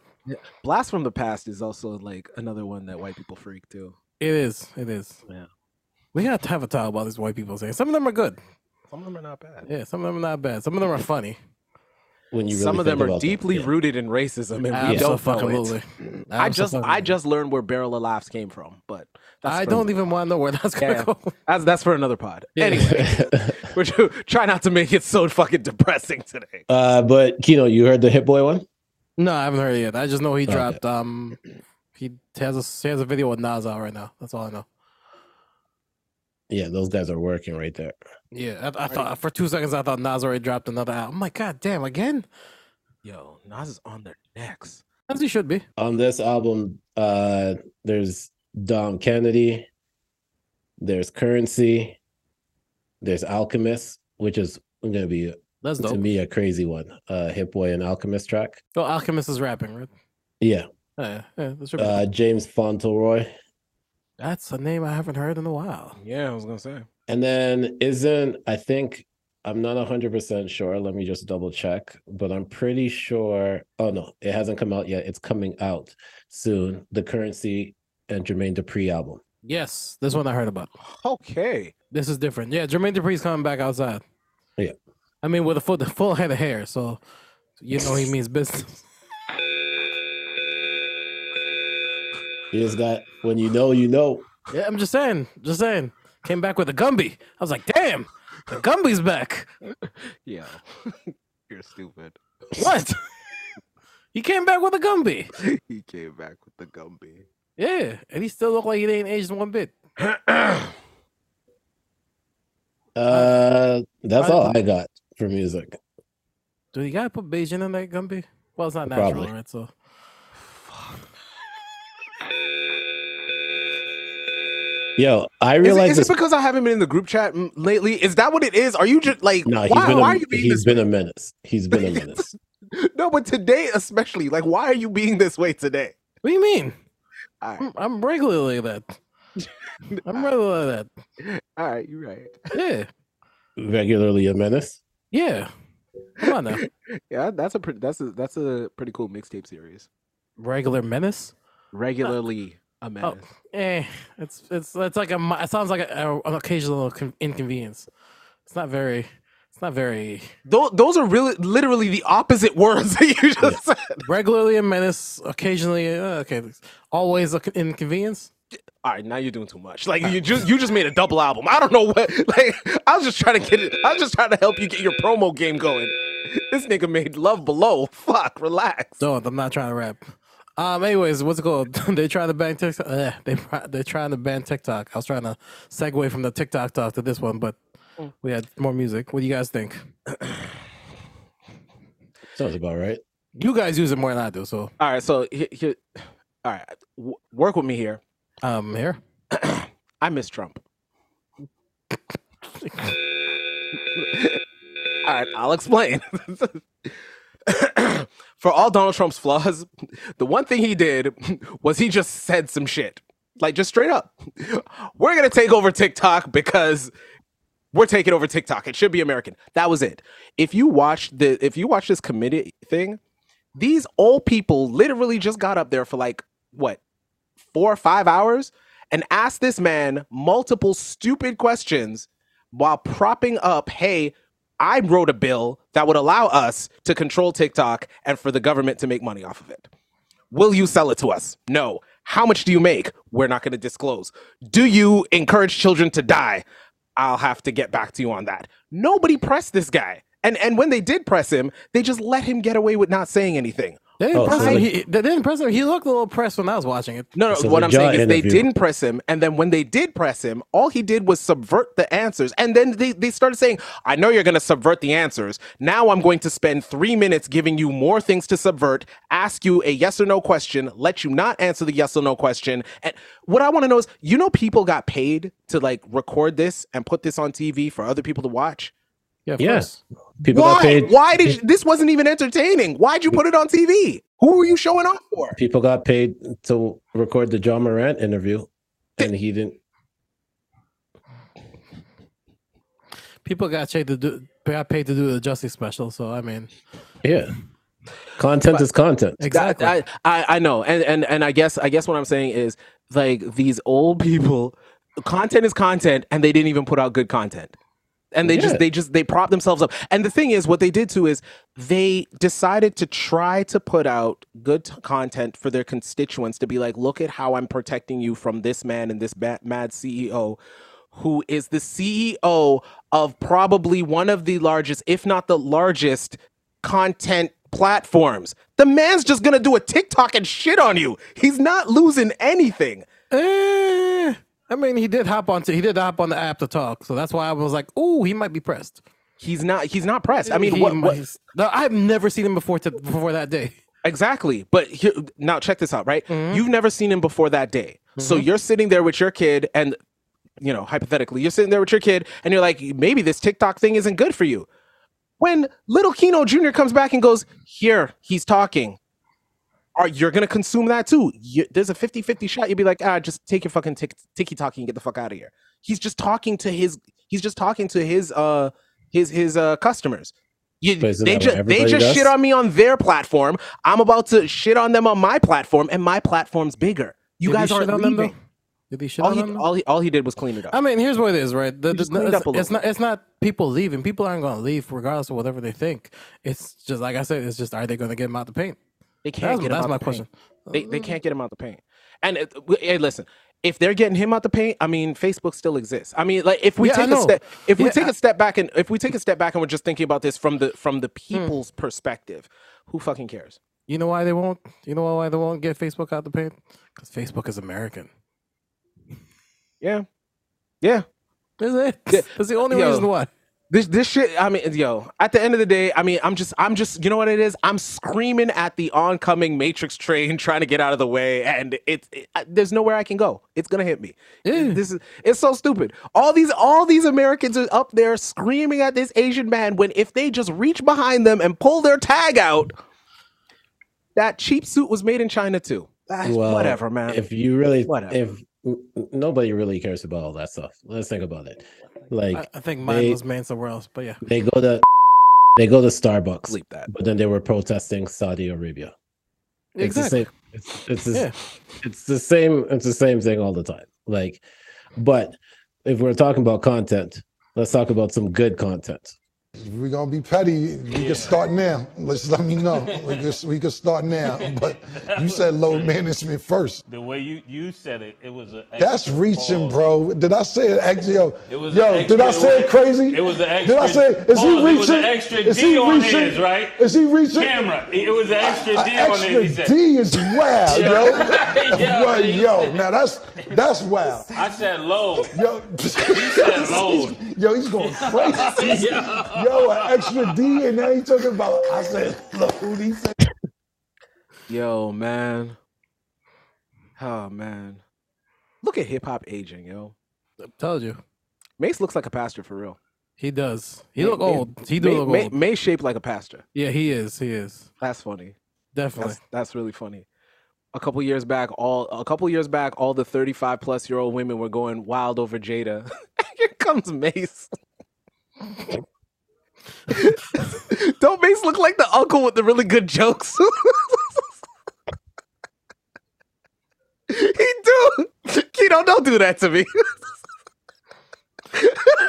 S1: Blast from the Past is also like another one that white people freak too.
S3: It is. It is.
S1: Yeah.
S3: We have to have a talk about these white people saying some of them are good.
S1: Some of them are not bad.
S3: Yeah. Some of them are not bad. Some of them are funny.
S2: when you really
S1: Some of them
S2: think
S1: are
S2: about that,
S1: deeply
S2: yeah.
S1: rooted in racism, and we
S3: Absolutely.
S1: don't know it. I just, I
S3: Absolutely.
S1: just learned where Barrel of Laughs came from, but that's
S3: I
S1: for-
S3: don't e- even want to know where that's gonna
S1: Yeah.
S3: go.
S1: That's, that's for another pod. Anyway, we're try not to make it so fucking depressing today.
S2: uh, but Kino, you heard the Hit Boy one?
S3: No, I haven't heard it yet. I just know he
S2: Okay.
S3: dropped. Um, he has a he has a video with Nas out right now. That's all I know.
S2: Yeah, those guys are working right there.
S3: Yeah, I, I thought for two seconds I thought Nas already dropped another album. I'm like, God damn, again?
S1: Yo, Nas is on their necks.
S3: As he should be.
S2: On this album, uh there's Dom Kennedy, there's Currency, there's Alchemist, which is gonna be
S3: That's
S2: to
S3: dope.
S2: me a crazy one. Uh Hip Boy and Alchemist track.
S3: So Alchemist is rapping, right? Oh,
S2: Yeah.
S3: Yeah, yeah, that should be-
S2: Uh James Fauntleroy.
S3: that's a name I haven't heard in a while.
S1: Yeah, I was gonna say.
S2: And then isn't I think I'm not 100% sure. Let me just double check, but I'm pretty sure oh no, it hasn't come out yet. It's coming out soon. The Currency and Jermaine Dupri album.
S3: Yes, this one I heard about.
S1: Okay.
S3: This is different. Yeah, Jermaine Dupri's coming back outside.
S2: Yeah.
S3: I mean with a full, full head of hair, so you know he means business.
S2: You just got when you know you know.
S3: Yeah, I'm just saying, just saying. Came back with a Gumby. I was like, damn, the Gumby's back.
S1: Yeah. You're stupid.
S3: What? he came back with a Gumby.
S1: he came back with the Gumby.
S3: Yeah, and he still looked like he ain't aged one bit.
S2: Uh that's
S3: I-
S2: all I got for music.
S3: Do you gotta put Beijing in that Gumby? Well, it's not natural,
S2: Probably.
S3: right? So
S2: Yo, I
S1: Is, it,
S2: realize
S1: is it
S2: this
S1: because I haven't been in the group chat m- lately? Is that what it is? Are you just like
S2: no, he's
S1: why,
S2: been a,
S1: why are you being
S2: he's
S1: this?
S2: been a menace. He's been a menace.
S1: No, but today especially, like, why are you being this way today?
S3: what do you mean?
S1: All right,
S3: I'm, I'm regularly like that. I'm regularly like
S1: all right, you're right.
S3: that. Yeah,
S2: Regularly a menace.
S3: yeah. Come on now.
S1: Yeah, that's a pretty that's a that's a pretty cool mixtape series.
S3: Regular menace.
S1: Regularly a menace.
S3: Eh, it's it's it's like a. mi- It sounds like a, a- an occasional con- inconvenience. It's not very. It's not very
S1: Tho- those are really literally the opposite words that you just said.
S3: regularly a menace. Occasionally, uh, okay, always an inconvenience.
S1: All right, now you're doing too much. Like you just you just made a double album. I don't know what. Like I was just trying to get it. I was just trying to help you get your promo game going. This nigga made Love Below. Fuck, relax.
S3: Don't. I'm not trying to rap. Um. Anyways, what's it called? they trying to ban TikTok. Uh, they pri- they trying to ban TikTok. I was trying to segue from the TikTok talk to this one, but we had more music. What do you guys think?
S2: Sounds about right.
S3: You guys use it more than I do, so
S1: All right, so here, here all right, w- work with me here.
S3: um, here.
S1: I miss Trump. all right, I'll explain. For all Donald Trump's flaws, the one thing he did was he just said some shit. Like, just straight up. We're going to take over TikTok because we're taking over TikTok. It should be American. That was it. If you watch the if you watch this committee thing, these old people literally just got up there for like what four or five hours and asked this man multiple stupid questions while propping up, hey, I wrote a bill that would allow us to control TikTok and for the government to make money off of it. Will you sell it to us? No. How much do you make? We're not going to disclose. Do you encourage children to die? I'll have to get back to you on that. Nobody pressed this guy. And and when they did press him, they just let him get away with not saying anything.
S3: They didn't
S2: Oh,
S3: press
S2: so
S3: him.
S2: they-
S3: He, they didn't press him. He looked a little pressed when I was watching it.
S1: No, no.
S2: So
S1: what
S2: the
S1: I'm saying
S2: jaw
S1: is they
S2: interview-
S1: didn't press him, and then when they did press him, all he did was subvert the answers, and then they, they started saying, "I know you're going to subvert the answers. Now I'm going to spend three minutes giving you more things to subvert, ask you a yes or no question, let you not answer the yes or no question." And what I want to know is, you know, people got paid to like record this and put this on TV for other people to watch.
S3: Yeah. of
S2: Yeah.
S3: course.
S2: People got
S1: Why?
S2: paid
S1: Why did you, this wasn't even entertaining? Why'd you put it on TV? Who were you showing off for?
S2: people got paid to record the John Morant interview and he didn't
S3: People got paid to do. Got paid to do the Justice special. So I mean,
S2: Yeah. Content is content.
S3: exactly.
S1: I, I I know, and and and I guess I guess what I'm saying is like these old people, content is content, and they didn't even put out good content, and they
S2: Yeah.
S1: just they just they prop themselves up. And the thing is, what they did too is they decided to try to put out good t- content for their constituents to be like, look at how I'm protecting you from this man and this ba- mad CEO. Who is the E CEO of probably one of the largest, if not the largest, content platforms. The man's just gonna do a TikTok and shit on you. He's not losing anything.
S3: Eh, I mean, he did hop onto he did hop on the app to talk, so that's why I was like, "Ooh, he might be pressed."
S1: He's not. He's not pressed. I mean,
S3: He
S1: what, what,
S3: might- No, I've never seen him before to, before that day.
S1: Exactly. But here, now check this out, right? You've never seen him before that day. So you're sitting there with your kid and you know, hypothetically, you're sitting there with your kid and you're like, maybe this TikTok thing isn't good for you. When little Kino Jr. comes back and goes, here, he's talking. Are you're gonna consume that too? You, there's a 50-50 shot. You'd be like, ah, just take your fucking tick ticky talkie and get the fuck out of here. He's just talking to his he's just talking to his uh his his uh customers. You,
S2: But isn't
S1: they
S2: that what
S1: just they
S2: everybody
S1: just
S2: does?
S1: shit on me on their platform. I'm about to shit on them on my platform, and my platform's bigger. You
S3: Did he
S1: guys
S3: shit
S1: aren't
S3: on
S1: leaving.
S3: them though. Did he shit
S1: all
S3: on
S1: Oh, he
S3: them? though?
S1: all he all he did was clean it up.
S3: I mean, here's what it is, right? The,
S1: just
S3: the-
S1: cleaned
S3: it's,
S1: up a little
S3: it's not. It's not people leaving. People aren't going to leave regardless of whatever they think. It's just like I said. It's just are they going to get him out the paint?
S1: they can't
S3: That's,
S1: get him
S3: that's
S1: out
S3: my
S1: the paint.
S3: question.
S1: They they can't get him out the paint. And it, w- hey, listen, if they're getting him out the paint, I mean, Facebook still exists. I mean, like if we
S3: Yeah, I
S1: take a
S3: know.
S1: step if we
S3: Yeah,
S1: take
S3: I-
S1: a step back and if we take a step back and we're just thinking about this from the from the
S3: Hmm.
S1: people's perspective, who fucking cares?
S3: You know why they won't? You know why they won't get Facebook out the paint? Because Facebook is American.
S1: Yeah, yeah.
S3: Is it?
S1: Yeah.
S3: That's the only
S1: Yo.
S3: reason why.
S1: This this shit, I mean, yo, at the end of the day, I mean, I'm just I'm just you know what it is? I'm screaming at the oncoming matrix train trying to get out of the way and it's it, I- there's nowhere I can go. It's going to hit me.
S3: Yeah.
S1: This is it's so stupid. All these all these Americans are up there screaming at this Asian man when if they just reach behind them and pull their tag out, that cheap suit was made in China too. Ah,
S2: Well,
S1: whatever, man.
S2: If you really,
S1: Whatever.
S2: if n- n- nobody really cares about all that stuff, let's think about it. Like
S1: Uh,
S3: I, I think mine
S2: they-
S3: was made somewhere else, but yeah.
S2: they go to they go to Starbucks,
S1: Sleep that.
S2: but then they were protesting Saudi Arabia. It's
S3: Exactly.
S2: the same. It's, it's, the,
S3: Yeah.
S2: it's the same. It's the same thing all the time. Like, but if we're talking about content, let's talk about some good content.
S10: If we're gonna be petty, we can start now. Let's let me know. we can we can start now. But you said load management first.
S11: The way you, you said it, it was a.
S10: That's reaching, bro. Did I say it? Ex- yo,
S11: It was
S10: yo,
S11: an extra-
S10: did I say it crazy?
S11: It was an extra.
S10: Did I say? Is
S11: Pause,
S10: he
S11: It was
S10: reaching?
S11: an extra
S10: is
S11: D
S10: he
S11: on
S10: reaching?
S11: his, right?
S10: Is he reaching?
S11: Camera. It it was an extra
S10: A-
S11: D
S10: a-
S11: on it. He
S10: extra
S11: said.
S10: D is wild, yo.
S11: Yeah,
S10: Well,
S11: he
S10: yo,
S11: said-
S10: now that's that's wild.
S11: I said low.
S10: Yo,
S11: said load.
S10: yo, he's going crazy. Yo, an extra D, and now he talking about. I said, look, who he said.
S1: Yo, man. Oh man. Look at hip hop aging, yo.
S3: I told you.
S1: Mace looks like a pastor for real.
S3: He does. He
S1: May-
S3: look
S1: May-
S3: old. He do
S1: May,
S3: look
S1: May-
S3: old.
S1: May shaped like a pastor.
S3: Yeah, he is. He is.
S1: That's funny.
S3: Definitely.
S1: That's that's really funny. A couple years back, all a couple years back, all the 35 plus year old women were going wild over Jada. Here comes Mace. Don't Mace look like the uncle with the really good jokes? he do. Keto, don't do that to me.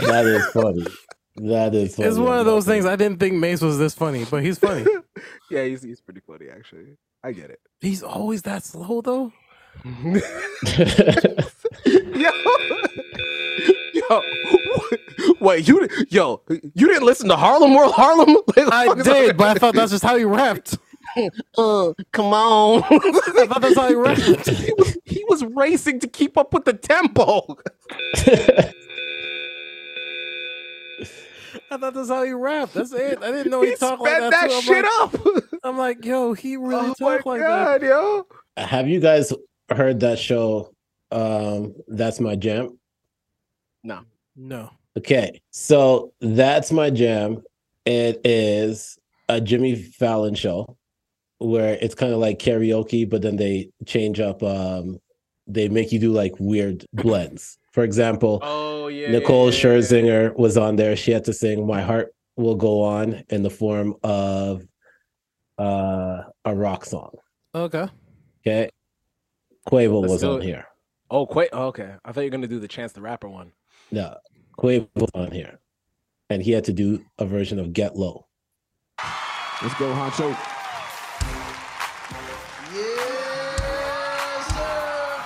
S2: That is funny. That is funny.
S3: It's one
S2: I'm
S3: of those
S2: not
S3: things. I didn't think Mace was this funny, but he's funny.
S1: yeah, he's, he's pretty funny actually. I get it.
S3: Oh, he's always that slow though.
S2: kidding.
S1: yo, yo, wait, you, di- yo, you didn't listen to Harlem World Harlem? Like, the
S3: I
S1: fuck is-
S3: did, but I thought that's just how he rapped.
S1: Uh, come on.
S3: I thought that's how he rapped.
S1: he, was, he was racing to keep up with the tempo.
S3: I thought that's how he rapped. That's it. I didn't know he,
S1: He sped
S3: talked like that.
S1: that,
S3: too. I'm
S1: shit
S3: like,
S1: up.
S3: I'm like, yo, he really
S1: oh my
S3: talked like that.
S1: god, yo.
S2: Have you guys heard that show? Um, that's my jam.
S3: No.
S2: Okay, so that's my jam. It is a Jimmy Fallon show where it's kind of like karaoke, but then they change up. Um, they make you do like weird blends. For example,
S1: Oh yeah.
S2: Nicole Scherzinger was on there. She had to sing "My Heart Will Go On" in the form of uh, a rock song.
S3: Okay.
S2: Okay, Quavo
S1: Let's
S2: was
S1: do
S2: on
S1: it.
S2: here.
S1: Oh, quite. oh, okay. I thought you were gonna do the Chance the Rapper one.
S2: No, Quavo was on here, and he had to do a version of "Get Low."
S12: Let's go, Honcho.
S7: Yes, sir.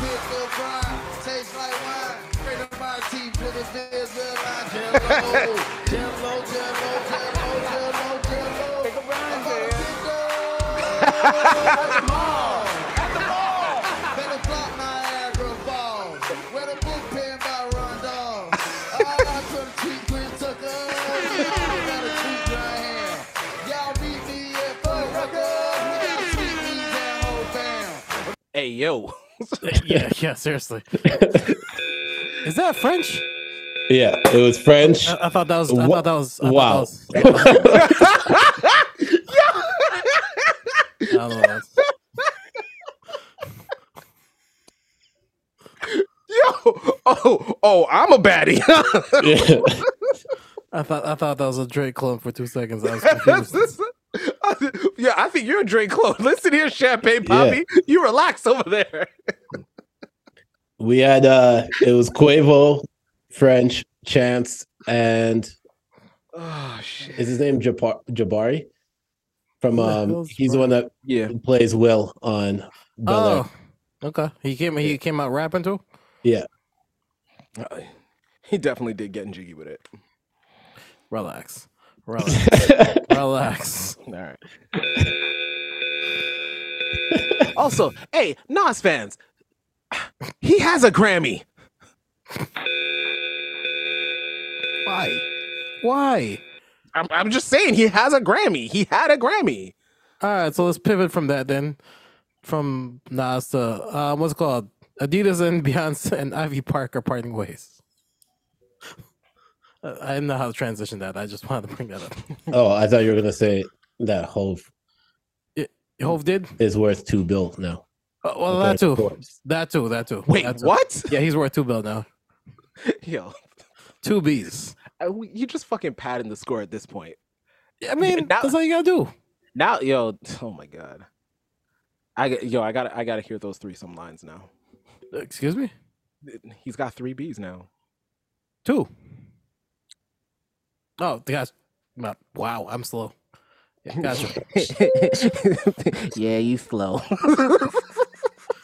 S7: Pick up wine, tastes like wine. Straight up my teeth, little bit of wine. Jello, jello, jello, jello, jello, jello. Pick a rhyme,
S1: Hey yo.
S3: yeah, yeah, seriously. Is that French?
S2: Yeah, it was French.
S3: I, I thought that was. I
S2: Wha-
S3: thought that was. I
S2: wow.
S3: Thought that was, I don't know.
S1: Yo, oh, oh, I'm a baddie.
S3: I thought I thought that was a Drake clone for two seconds. I was confused.
S1: yeah, I think you're a Drake clone. Listen here, Champagne Poppy. You relax over there.
S2: We had uh it was Quavo, French, Chance, and
S1: Oh shit.
S2: is his name Jabari? Jabari? From
S3: Who the
S2: um
S3: hell's
S2: he's the one that
S1: yeah
S2: plays Will on Bel Air.
S3: Oh, okay. He came. He came out rapping too.
S2: Yeah.
S1: Uh, He definitely did get jiggy with it.
S3: Relax. Relax. Relax.
S1: All right. also, hey, Nas fans, he has a Grammy. Why?
S3: Why?
S1: I'm, I'm just saying he has a Grammy. He had a Grammy.
S3: All right, so let's pivot from that then, from Nas to uh, what's it called Adidas and Beyonce and Ivy Park are parting ways. Uh, I didn't know how to transition that. I just wanted to bring that up.
S2: Oh, I thought you were gonna say that Hove
S3: It, Hove did.
S2: is worth two bill now.
S3: Uh, well,
S2: Okay,
S3: that too.
S2: of course.
S3: That too. That too.
S1: Wait,
S3: that too.
S1: what?
S3: Yeah, he's worth two bill now.
S1: Yo,
S3: Two B's.
S1: I- we- you just fucking padding the score at this point.
S3: I mean,
S1: now-
S3: that's all you gotta do.
S1: Now, yo, oh my god, I got- yo, I got to I got to hear those three some lines now.
S3: Excuse me.
S1: He's got three B's now.
S3: Two. Oh, gosh. Wow, Wow, I'm slow. Yeah, Gotcha.
S1: yeah, you slow.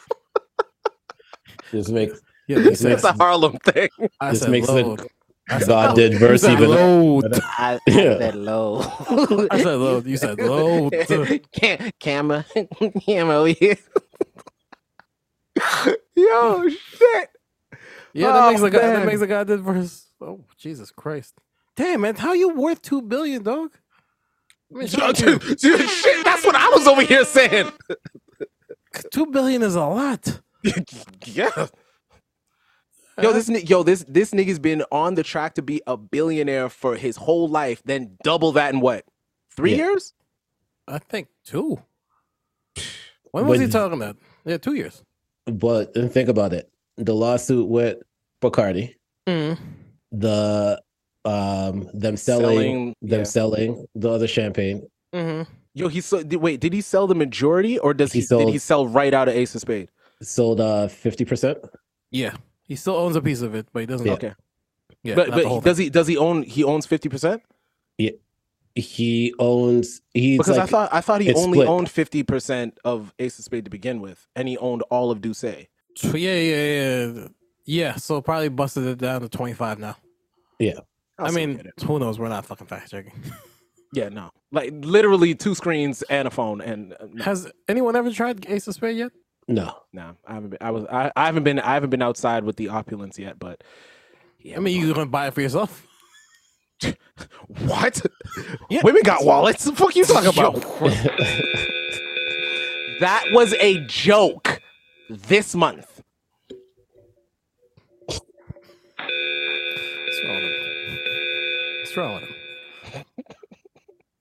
S2: Just make
S3: Yeah, he
S2: This makes-
S3: said,
S1: It's a Harlem thing.
S3: I
S2: this
S3: said
S2: makes
S3: load.
S2: the
S3: I said
S2: God
S3: load.
S2: did verse
S3: You said
S2: even
S3: load.
S1: I, I
S2: Yeah.
S1: said low.
S3: I said load. You said load.
S1: Cam- camera, camera over here. Yo, shit.
S3: Yeah, that
S1: Oh,
S3: makes a God. That
S1: man.
S3: makes a God did verse. Oh, Jesus Christ! Damn, man, how you worth two billion, dog? I mean, shout out to you.
S1: Dude, dude, shit, that's what I was over here saying.
S3: two billion is a lot.
S1: yeah. Yo, this ni- yo, this this nigga's been on the track to be a billionaire for his whole life. Then double that in what? Three
S2: Yeah.
S1: years?
S3: I think two. When was
S2: When-
S3: he talking about? Yeah, two years.
S2: but and think about it. The lawsuit with Bacardi,
S3: Mm.
S2: the um them selling,
S1: Selling,
S2: them
S1: yeah.
S2: selling the other champagne.
S3: hmm
S1: Yo, he so did, wait. Did he sell the majority, or does
S2: He
S1: he,
S2: sold-
S1: did he sell right out of Ace of Spade?
S2: Sold uh fifty percent.
S3: Yeah, he still owns a piece of it, but he doesn't.
S2: Yeah.
S1: Okay,
S3: Yeah,
S1: but but
S3: not the
S1: he-
S3: whole thing.
S1: does he does he own he owns fifty percent?
S2: He owns he's
S1: Because I
S2: like
S1: thought I thought he
S2: it's
S1: only
S2: split.
S1: owned fifty percent of Ace of Spade to begin with, and he owned all of Duce.
S3: Tw- Yeah, yeah, yeah. Yeah, so probably busted it down to 25 now.
S2: Yeah.
S1: I'll
S3: I
S1: still
S3: mean,
S1: get it.
S3: who knows? We're not fucking fact checking.
S1: yeah, no, like literally two screens and a phone, and uh, no,
S3: Has anyone ever tried Ace of Spades yet?
S2: no.
S1: no, I haven't been. I was I, I haven't been I haven't been outside with the opulence yet, but yeah,
S3: I mean, you're going to buy it for yourself.
S1: what?
S3: Yeah.
S1: Women got wallets. The fuck you talking
S3: Yo,
S1: about? That was a joke. This month.
S3: What's wrong with him? What's wrong with him?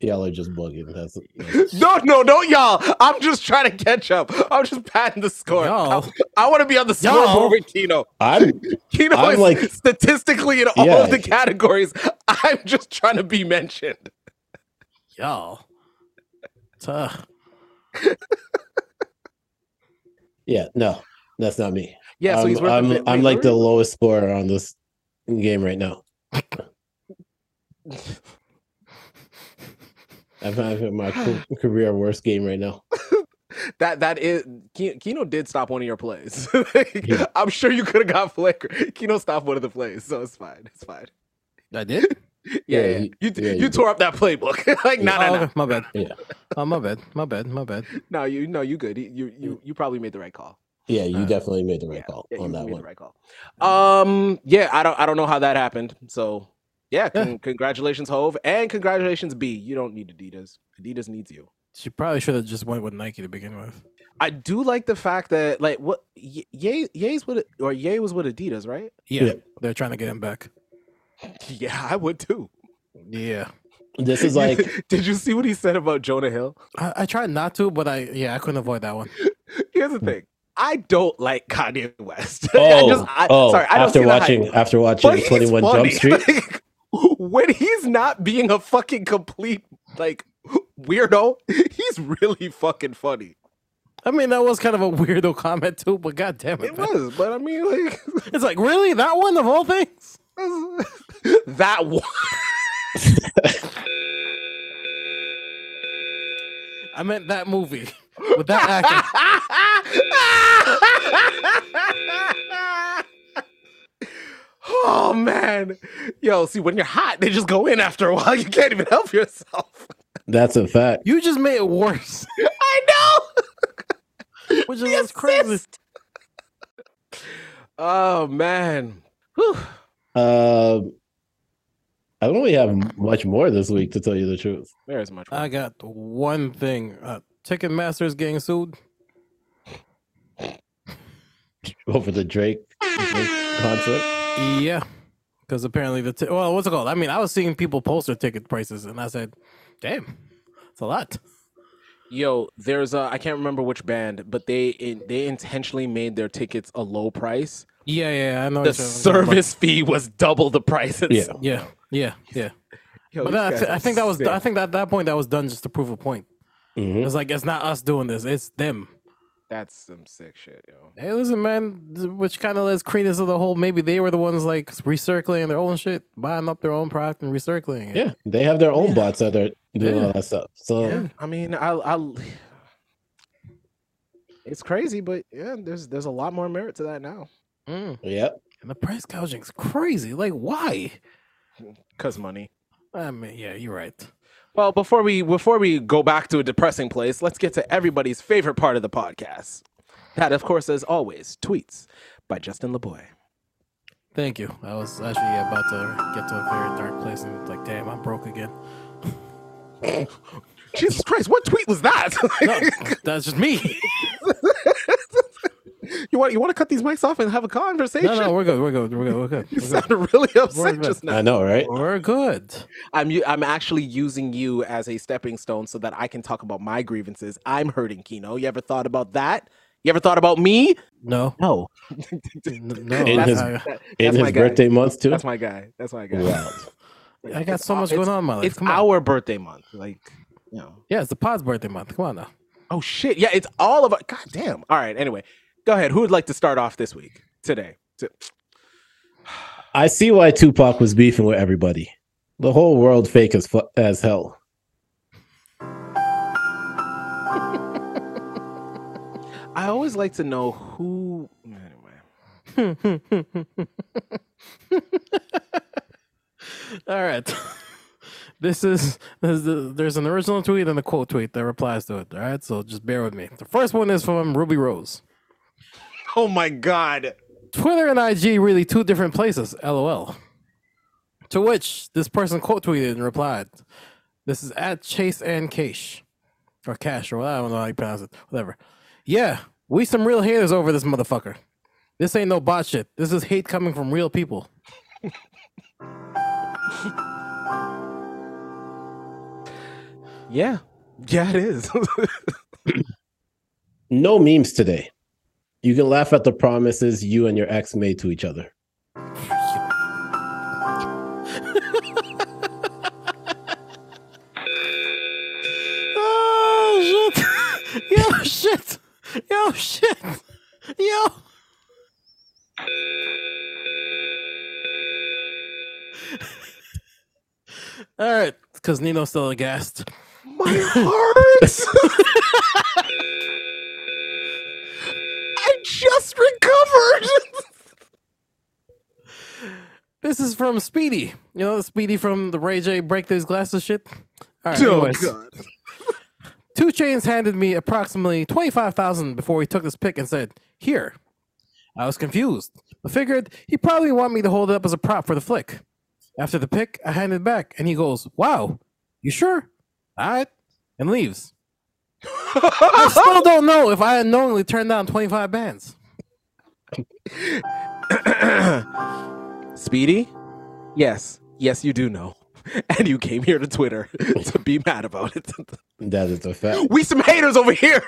S2: Y'all are just bugging. That's
S1: No, no, don't y'all. I'm just trying to catch up. I'm just patting the score.
S3: Y'all.
S1: I, want to be on the
S3: Y'all.
S1: scoreboard with Kino.
S2: I'm
S1: Kino
S2: I'm
S1: is
S2: like-
S1: statistically in all
S2: Yeah.
S1: of the categories. I'm just trying to be mentioned.
S3: Y'all. uh, Tuh.
S2: yeah, no, that's not me.
S1: Yeah, so
S2: I'm,
S1: he's worth
S2: I'm,
S1: a bit-
S2: I'm
S1: wait,
S2: like the
S1: what
S2: lowest scorer on this game right now. I'm having my ca- career worst game right now.
S1: were- that that is Ki- Kino did stop one of your plays.
S2: Yeah.
S1: I'm sure you could have got flagrant. Kino stopped one of the plays, so it's fine. It's fine.
S3: I did?
S1: Yeah,
S2: Yeah,
S1: yeah.
S2: he-
S1: you t-
S2: yeah,
S1: you
S2: he
S1: tore up that playbook. like, no,
S3: Oh,
S1: no, no.
S3: okay, My bad.
S2: Yeah.
S3: Oh, my bad. My bad. My bad.
S1: No, you no, you good. You you you probably made the right call.
S2: Yeah, you definitely made the right call
S1: Uh, Yeah,
S2: on
S1: you
S2: that
S1: made
S2: one.
S1: the right call. Um, yeah, I don't I don't know how that happened. So yeah, con- congratulations, Hove, and congratulations, B. You don't need Adidas. Adidas needs you.
S3: She probably should have just went with Nike to begin with.
S1: I do like the fact that like what Ye- Ye Ye's with or Ye was with Adidas, right?
S3: Yeah, they're trying to get him back.
S1: Yeah, I would too.
S3: Yeah,
S2: This is like
S1: Did you see what he said about Jonah Hill?
S3: I, I tried not to, but I yeah I couldn't avoid that one.
S1: Here's the thing. I don't like Kanye West. I
S2: oh,
S1: just, I,
S2: oh
S1: sorry, I don't
S2: after
S1: see the hype.
S2: watching after
S1: But
S2: watching
S1: he's
S2: Twenty One
S1: funny.
S2: Jump Street.
S1: Like, when he's not being a fucking complete like weirdo, he's really fucking funny.
S3: I mean that was kind of a weirdo comment too, but god damn it,
S1: It was, but I mean, like
S3: it's like really that one of all things.
S1: that one.
S3: I meant that movie with that actor.
S1: oh man, yo, see when you're hot, they just go in after a while. You can't even help yourself.
S2: That's a fact.
S3: You just made it worse,
S1: I know.
S3: which is what's crazy.
S1: Oh man.
S2: Um, I don't really have much more this week to tell you the truth.
S1: There is much.
S3: I got one thing. Uh, Ticketmaster's getting sued.
S2: Over the Drake, Drake concert.
S3: Yeah, because apparently the t- well, what's it called? I mean, I was seeing people post their ticket prices, and I said, "Damn, it's a lot."
S1: Yo, there's a I can't remember which band, but they in, they intentionally made their tickets a low price.
S3: Yeah, yeah, I
S1: The
S3: know. what you're talking about.
S1: service fee was double the price. at
S2: Yeah.
S1: some-
S3: Yeah, yeah, yeah.
S1: Yo,
S3: but
S1: these
S3: that, I,
S1: guys
S3: thi- I
S1: are
S3: think that was
S1: sick.
S3: I think that at that point that was done just to prove a point.
S2: Mhm.
S3: It's like it's not us doing this; it's them.
S1: That's some sick shit, yo.
S3: Hey, listen, man, th- which kind of lets credence of the whole. Maybe they were the ones like recircling their own shit, buying up their own product and recircling it.
S2: Yeah, they have their own bots that are doing
S3: Yeah.
S2: all that stuff. So
S1: Yeah, I mean, I, I, it's crazy, but yeah, there's there's a lot more merit to that now.
S3: Mm.
S2: Yep.
S3: And the price gouging's crazy. Like, why?
S1: Cause money.
S3: I mean, yeah, you're right.
S1: Well, before we before we go back to a depressing place, let's get to everybody's favorite part of the podcast. That, of course, as always, tweets by Justin LeBoy.
S3: Thank you. I was actually about to get to a very dark place and like, damn, I'm broke again.
S1: Jesus Christ, what tweet was that?
S3: No, that's just me.
S1: you want you want to cut these mics off and have a conversation?
S3: No, no, we're good. We're good. We're good. We're good.
S1: you
S3: We're good.
S1: sounded really upset
S3: good.
S1: just now.
S2: I know, right?
S3: We're good.
S1: I'm u- I'm actually using you as a stepping stone so that I can talk about my grievances. I'm hurting, Kino. You ever thought about that? You ever thought about me?
S3: No,
S1: No.
S3: n- no.
S2: In
S3: I-
S2: his-
S3: I,
S1: That-
S2: In
S1: that's my
S2: his
S1: guy.
S2: birthday month too.
S1: That's my guy. That's my guy.
S2: Wow.
S3: I got
S1: It's
S3: so
S1: our-
S3: much going
S1: it's-
S3: on in my life.
S1: It's
S3: Come on.
S1: our birthday month. Like, you know.
S3: yeah, it's the pod's birthday month. Come on now.
S1: Oh shit. Yeah, it's all of our God damn. All right. Anyway, go ahead. Who would like to start off this week? Today. T-
S2: I see why Tupac was beefing with everybody. The whole world fake as fu- as hell.
S1: I always like to know who anyway.
S3: All right. This is, this is the, there's an original tweet and a quote tweet that replies to it. All right, so just bear with me. The first one is from Ruby Rose.
S1: Oh my god.
S3: Twitter and IG really two different places. LOL. To which this person quote tweeted and replied, "This is at Chase and Cash, or Cash, or what- I don't know how you pronounce it. Whatever. Yeah, we some real haters over this motherfucker. This ain't no bot shit. This is hate coming from real people.
S1: Yeah. Yeah, it is.
S2: No memes today. You can laugh at the promises you and your ex made to each other.
S3: Oh shit! Yo shit! Yo shit! Yo! All right, because Nino's still aghast.
S1: My heart! I just recovered!
S3: This is from Speedy. You know Speedy from the Ray J Break These Glasses shit. All right,
S1: Oh,
S3: anyways.
S1: God.
S3: Two Chains handed me approximately twenty five thousand before he took this pick and said, "Here." I was confused, but figured he probably wanted me to hold it up as a prop for the flick. After the pick, I handed it back, and he goes, "Wow, you sure?" All right, and leaves. I still don't know if I had knowingly turned down twenty five bands.
S1: Speedy? Yes. Yes, you do know. And you came here to Twitter to be mad about it.
S2: That is a fact.
S1: we some haters over here.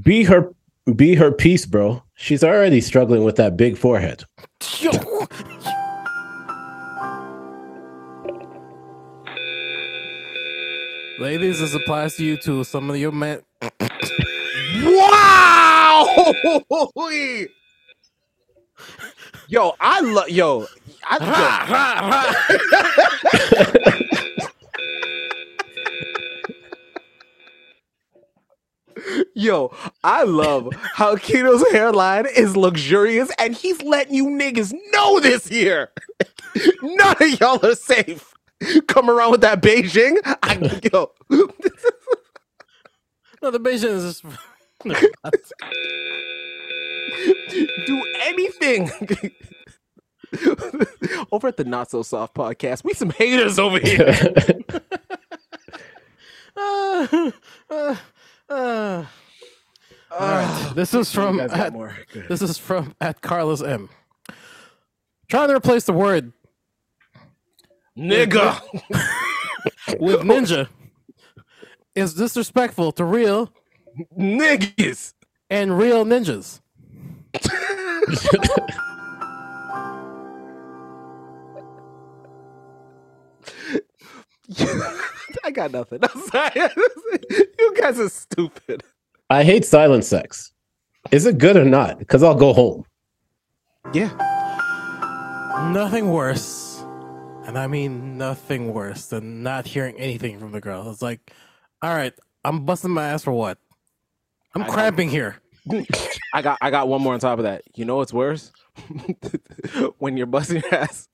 S2: Be her, be her peace, bro. She's already struggling with that big forehead.
S3: Ladies, this applies to you too. Some of your men.
S1: Wow! yo, I love yo. I yo, I love how Keto's hairline is luxurious, and he's letting you niggas know this here. None of y'all are safe. Come around with that Beijing. I, yo,
S3: No, the Beijing is.
S1: do anything. over at the Not So Soft podcast, we some haters over here.
S3: Uh, uh, uh. All right. This is from
S1: guys got
S3: at,
S1: more. Good.
S3: this is from at Carlos M. Trying to replace the word
S1: Nigga.
S3: with ninja is disrespectful to real
S1: niggas
S3: and real ninjas.
S1: I got nothing. I'm sorry. you guys are stupid.
S2: I hate silent sex. Is it good or not? Because I'll go home.
S3: Nothing worse, and I mean nothing worse than not hearing anything from the girl. It's like, all right, I'm busting my ass for what? I'm
S1: I know.
S3: cramping here.
S1: I got I got one more on top of that. You know what's worse? when you're busting your ass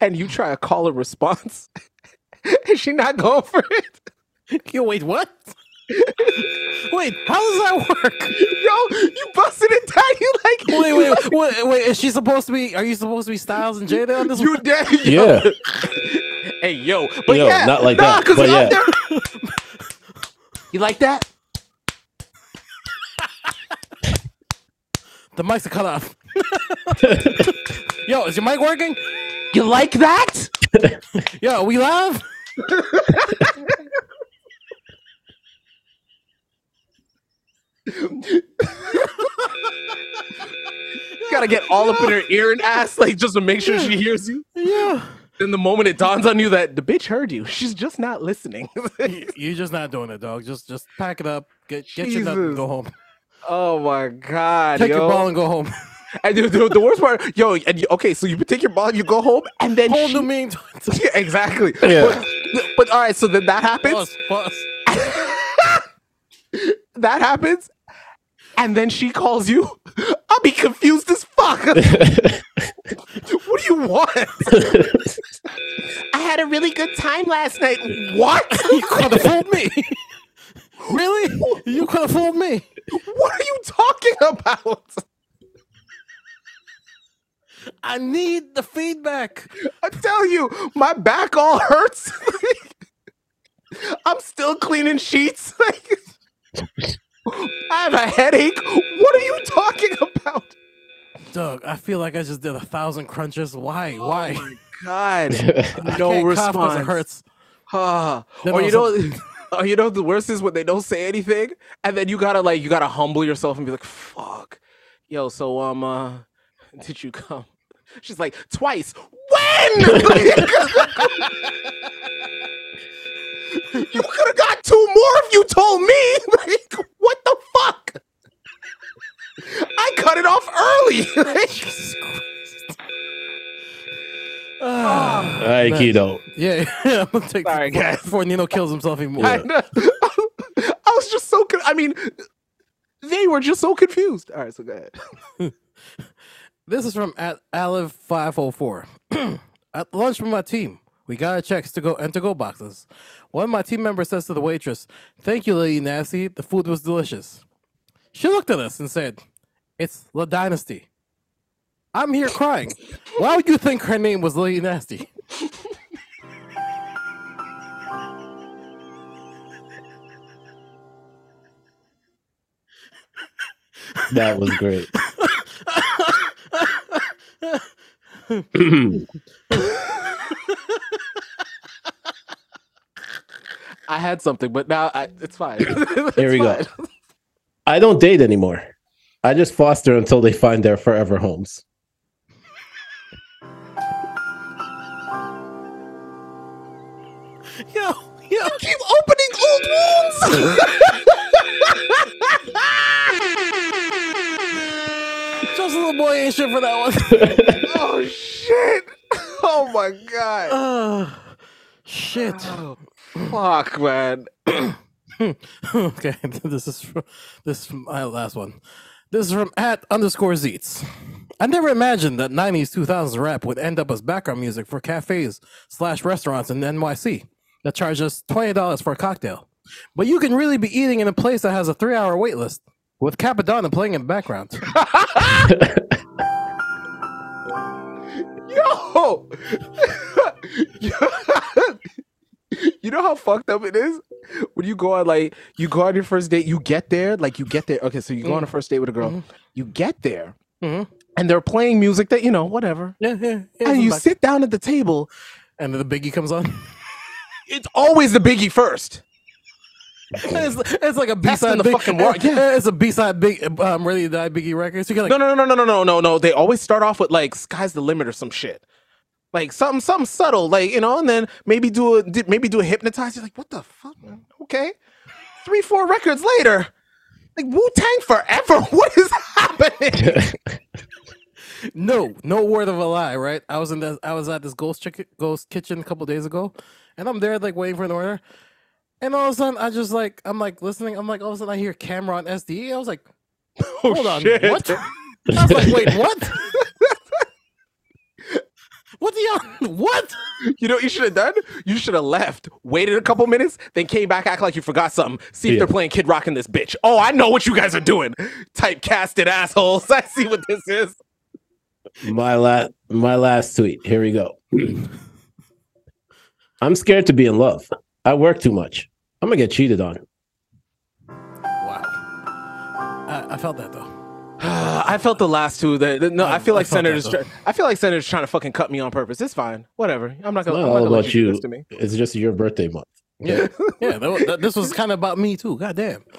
S1: and you try to call a response and she not going for it.
S3: You wait, what? wait, how does that work?
S1: Yo, you busted it down. You like
S3: Wait, wait, wait, wait. Is she supposed to be? Are you supposed to be Styles and Jada on this?
S1: you
S3: one?
S1: dead.
S2: Yeah.
S1: Hey yo, but
S2: Yo,
S1: yeah,
S2: not like
S1: nah,
S2: that,
S1: 'cause
S2: but
S1: I'm
S2: yeah.
S1: there- you like that?
S3: The mics are cut off. Yo, is your mic working?
S1: You like that?
S3: Yo, are we live?
S1: You gotta get all up in her ear and ass, like just to make sure she hears you.
S3: Yeah.
S1: Then the moment it dawns on you that the bitch heard you, she's just not listening.
S3: You're just not doing it, dog. Just, just pack it up. Get, get your nut and
S1: Jesus.
S3: go home.
S1: oh my god,
S3: Take
S1: yo!
S3: your ball and go home.
S1: and the, the, the worst part, yo, and you, okay, so you take your ball, you go home, and then
S3: Whole
S1: she-
S3: new mean.
S1: Yeah, exactly.
S2: Yeah.
S1: But, but all right, so then that happens.
S3: Pause, pause.
S1: That happens, and then she calls you. I'll be confused as fuck. what do you want? I had a really good time last night. What?
S3: You could have fooled me. really? You could have fooled me.
S1: What are you talking about?
S3: I need the feedback.
S1: I tell you, my back all hurts. I'm still cleaning sheets. I have a headache. What are you talking about?
S3: Doug, I feel like I just did a thousand crunches. Why? Why?
S1: God,
S3: I
S1: no
S3: can't cough 'cause
S1: response.
S3: It hurts.
S1: Ah.
S3: Then
S1: or you
S3: also-
S1: know, or you know, the worst is when they don't say anything, and then you gotta like you gotta humble yourself and be like, "Fuck, yo." So um, uh, did you come? She's like twice. When? you could have got two more if you told me. Like, what the fuck? I cut it off early.
S3: Jesus Christ. Ah,
S2: All right,
S3: man.
S2: Keto.
S3: Yeah, yeah, I'm gonna take
S1: Sorry,
S3: before,
S1: guys.
S3: before Nino kills himself even more.
S1: I, know. uh, I was just so. Con- I mean, they were just so confused. All right, so go ahead.
S3: This is from at Olive five hundred four. At oh lunch with my team, We got our checks to go and to go boxes. One of my team members says to the waitress, Thank you, Lady Nasty. The food was delicious. She looked at us and said, It's La Dynasty. I'm here crying. Why would you think her name was Lady Nasty?
S2: That was great.
S1: I had something, but now I, it's fine.
S2: Here we go. I don't date anymore. I just foster until they find their forever homes.
S3: Yo, yo. You keep opening old wounds. Just a little boy ain't shit for that one.
S1: oh shit! Oh my god!
S3: shit!
S1: fuck, man.
S3: okay, this is from, this is from my last one. This is from at underscore Zeets. I never imagined that 90s 2000s rap would end up as background music for cafes slash restaurants in NYC that charge us $20 for a cocktail. But you can really be eating in a place that has a three hour wait list with Capadonna playing in the background.
S1: Yo! you know how fucked up it is? When you go on like you go on your first date, you get there, like you get there. Okay, so you go on a first date with a girl, you get there, and they're playing music that, you know, whatever.
S3: Yeah, yeah.
S1: and you sit down at the table.
S3: And then the biggie comes on.
S1: it's always the biggie first.
S3: it's, it's like a B
S1: That's
S3: side
S1: in the fucking world, yeah.
S3: It's a B side big um, really die biggie records. You can like
S1: no, no, no, no, no, no, no, no. They always start off with like "Sky's the limit" or some shit, like something, something subtle, like you know, and then maybe do a di- maybe do a hypnotize. You're like, what the fuck? man? Okay, three, four records later, like Wu Tang forever. What is happening?
S3: no, no word of a lie, right? I was in this, I was at this ghost chicken, ghost kitchen a couple days ago, and I'm there like waiting for an order, and all of a sudden I just like I'm like listening, I'm like all of a sudden I hear Cameron SDE, I was like, hold on,
S1: Oh, shit.
S3: what? I was like, wait, what? what do y'all? What?
S1: you know, what you should have done. You should have left, waited a couple minutes, then came back, act like you forgot something. See if
S2: Yeah.
S1: they're playing Kid Rock in this bitch. Oh, I know what you guys are doing. Typecasted assholes. I see what this is.
S2: My last my last tweet. Here we go. I'm scared to be in love. I work too much. I'm gonna get cheated on.
S3: Wow, I, I felt that though.
S1: I felt the last two. That that- no, I feel
S3: I
S1: like
S3: felt that,
S1: senators.
S3: though.
S1: try- I feel like senators trying to fucking cut me on purpose. It's fine. Whatever. I'm not
S2: It's
S1: gonna.
S2: not
S1: I'm not
S2: all
S1: gonna let
S2: about
S1: you do
S2: you.
S1: this to me.
S2: It's just your birthday month.
S3: Yeah, yeah. That, wa- that, this was kind of about me too. God damn.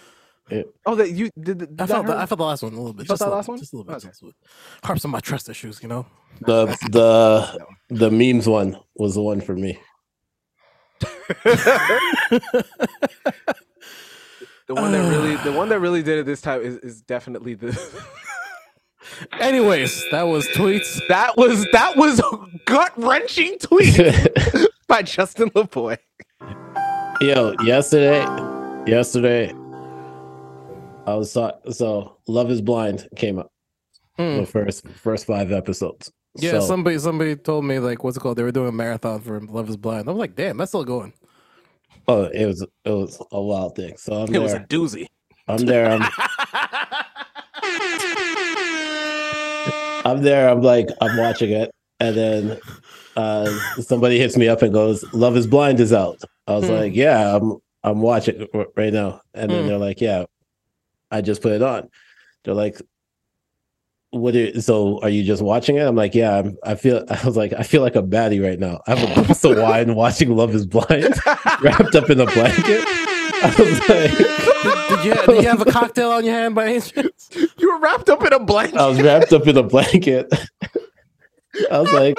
S1: Oh, that you did. did
S3: I felt
S1: heard-
S3: that, I felt the last one a little bit.
S1: felt
S3: just a
S1: that
S3: little
S1: last
S3: bit,
S1: one?
S3: Just a little bit.
S1: Okay.
S3: just a little bit. Harps on my trust issues, you know.
S2: The the the memes one was the one for me.
S1: the one that really, the one that really did it this time is, is definitely the.
S3: Anyways, that was tweets.
S1: that was that was gut wrenching tweet by Justin LeBoy.
S2: Yo, yesterday, yesterday, I was so, so Love Is Blind came up
S3: Hmm.
S2: the first first five episodes.
S3: Yeah,
S2: So-
S3: somebody somebody told me like what's it called? They were doing a marathon for Love Is Blind. I'm like, damn, that's still going.
S2: oh, it was it was a wild thing. So I'm
S1: It
S2: there.
S1: was a doozy.
S2: I'm there. I'm, I'm there. I'm like, I'm watching it. And then uh, somebody hits me up and goes, Love is Blind is out. I was
S3: Hmm.
S2: like, Yeah, I'm I'm watching it r- right now. And then
S3: Hmm.
S2: they're like, Yeah, I just put it on. They're like, what are, so are you just watching it? I'm like, yeah, I'm, I feel, I was like, I feel like a baddie right now. I have a glass of wine watching Love is Blind wrapped up in a blanket. I was like,
S3: Did you, did you have a cocktail on your hand by any chance?
S1: You were wrapped up in a blanket.
S2: I was wrapped up in a blanket. I was like,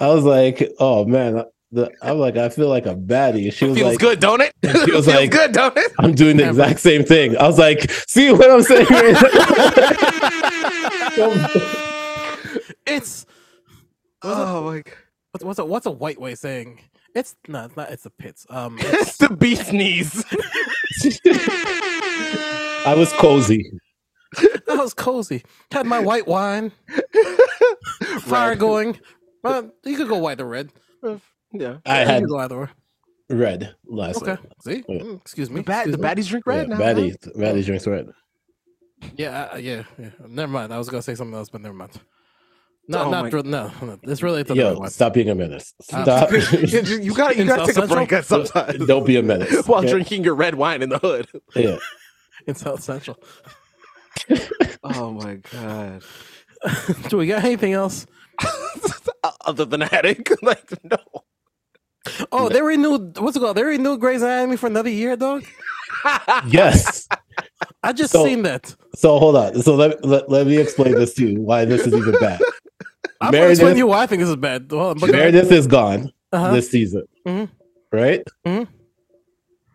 S2: I was like, oh man, the, I'm like, I feel like a baddie. She was
S1: Feels
S2: like,
S1: good, don't it?
S2: feels
S1: Feels
S2: like-
S1: good, don't it?
S2: I'm doing the exact same thing. I was like, see what I'm saying?
S3: It's
S1: Oh my god.
S3: what's, what's a what's a white way saying? It's no, it's not. It's the pits. Um,
S1: It's the beast knees.
S2: I was cozy.
S3: that was cozy. Had my white wine, fire going. Uh, you could go white or red.
S1: Yeah.
S2: I
S3: You
S2: had
S3: can go either way.
S2: red last
S3: Okay.
S2: night.
S3: See?
S2: Yeah.
S3: Mm, Excuse me.
S1: The bat-
S3: Excuse
S1: the
S3: me.
S1: baddies drink red
S2: yeah,
S1: now. huh?
S2: Batty, Batty drinks red.
S3: Yeah, I- I- yeah, yeah. Never mind. I was gonna say something else, but never mind. No,
S1: Oh my-
S3: not dr- no, no. It's related to that
S2: Yo,
S3: one.
S2: stop being a menace.
S3: Um,
S2: Stop.
S1: you just- you gotta you
S3: In
S1: gotta
S3: South
S1: take a break at
S2: Central?
S1: sometimes
S2: Don't be a menace.
S1: while
S2: okay?
S1: drinking your red wine in the hood.
S2: Yeah.
S3: in South Central.
S1: Oh my god.
S3: Do we got anything else?
S1: Other than headache, like no.
S3: Oh, they renewed. What's it called? They renewed Grey's Anatomy for another year, dog.
S2: Yes.
S3: I just
S2: So-
S3: seen that.
S2: So hold on. So let, let, let me explain this to you why this is even bad.
S3: I'm gonna explain to
S2: Meredith,
S3: you why I think this is bad. Hold on, but go ahead.
S2: Meredith is gone
S3: Uh-huh.
S2: this season,
S3: Mhm.
S2: right?
S3: Mhm.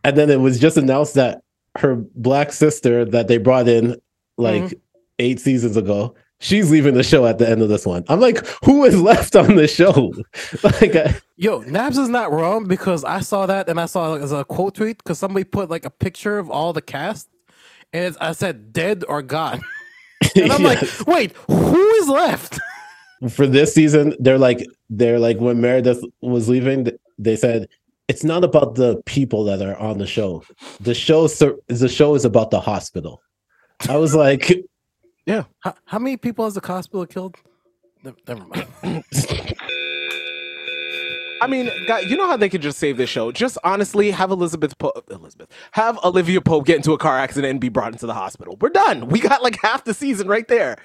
S2: And then it was just announced that her black sister that they brought in like
S3: Mm-hmm.
S2: eight seasons ago, she's leaving the show at the end of this one. I'm like, who is left on the show? like, uh, I,
S3: Yo, Nabs is not wrong because I saw that and I saw it as a quote tweet because somebody put like a picture of all the cast and it's, I said dead or gone. And I'm like, wait, who is left?
S2: for this season, they're like they're like when Meredith was leaving, th- they said it's not about the people that are on the show. The show sur- the show is about the hospital. I was like,
S3: How, how many people has the hospital killed? Ne- Never mind.
S1: I mean, God, you know how they could just save this show? Just honestly, have Elizabeth Pope, Elizabeth, have Olivia Pope get into a car accident and be brought into the hospital. We're done. We got like half the season right there.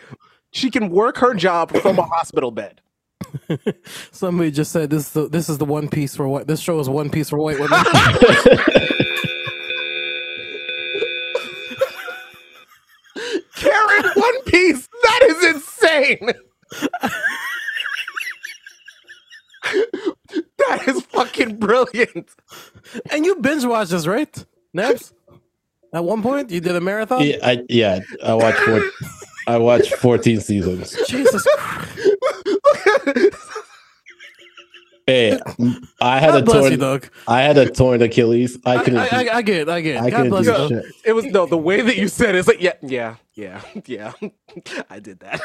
S1: She can work her job from Uh, a hospital bed.
S3: Somebody just said this. Is the, this is the one piece for what this show is one piece for white women.
S1: Karen One Piece. That is insane. that is fucking brilliant.
S3: and you binge watched this, right? Nabs. At one point, you did a marathon.
S2: yeah, I, yeah, I watched four, I watched fourteen seasons.
S3: Jesus, Christ.
S2: Hey, m- I had
S3: God
S2: a
S3: bless
S2: torn,
S3: you, dog.
S2: I had a torn Achilles. I
S3: I,
S2: couldn't,
S3: I,
S2: do-
S3: I, I get, it, I get.
S2: I,
S3: It. God
S2: couldn't
S3: bless
S2: do
S3: you.
S2: shit.
S1: It was no the way that you said it, it's like yeah, yeah, yeah, yeah. I did that.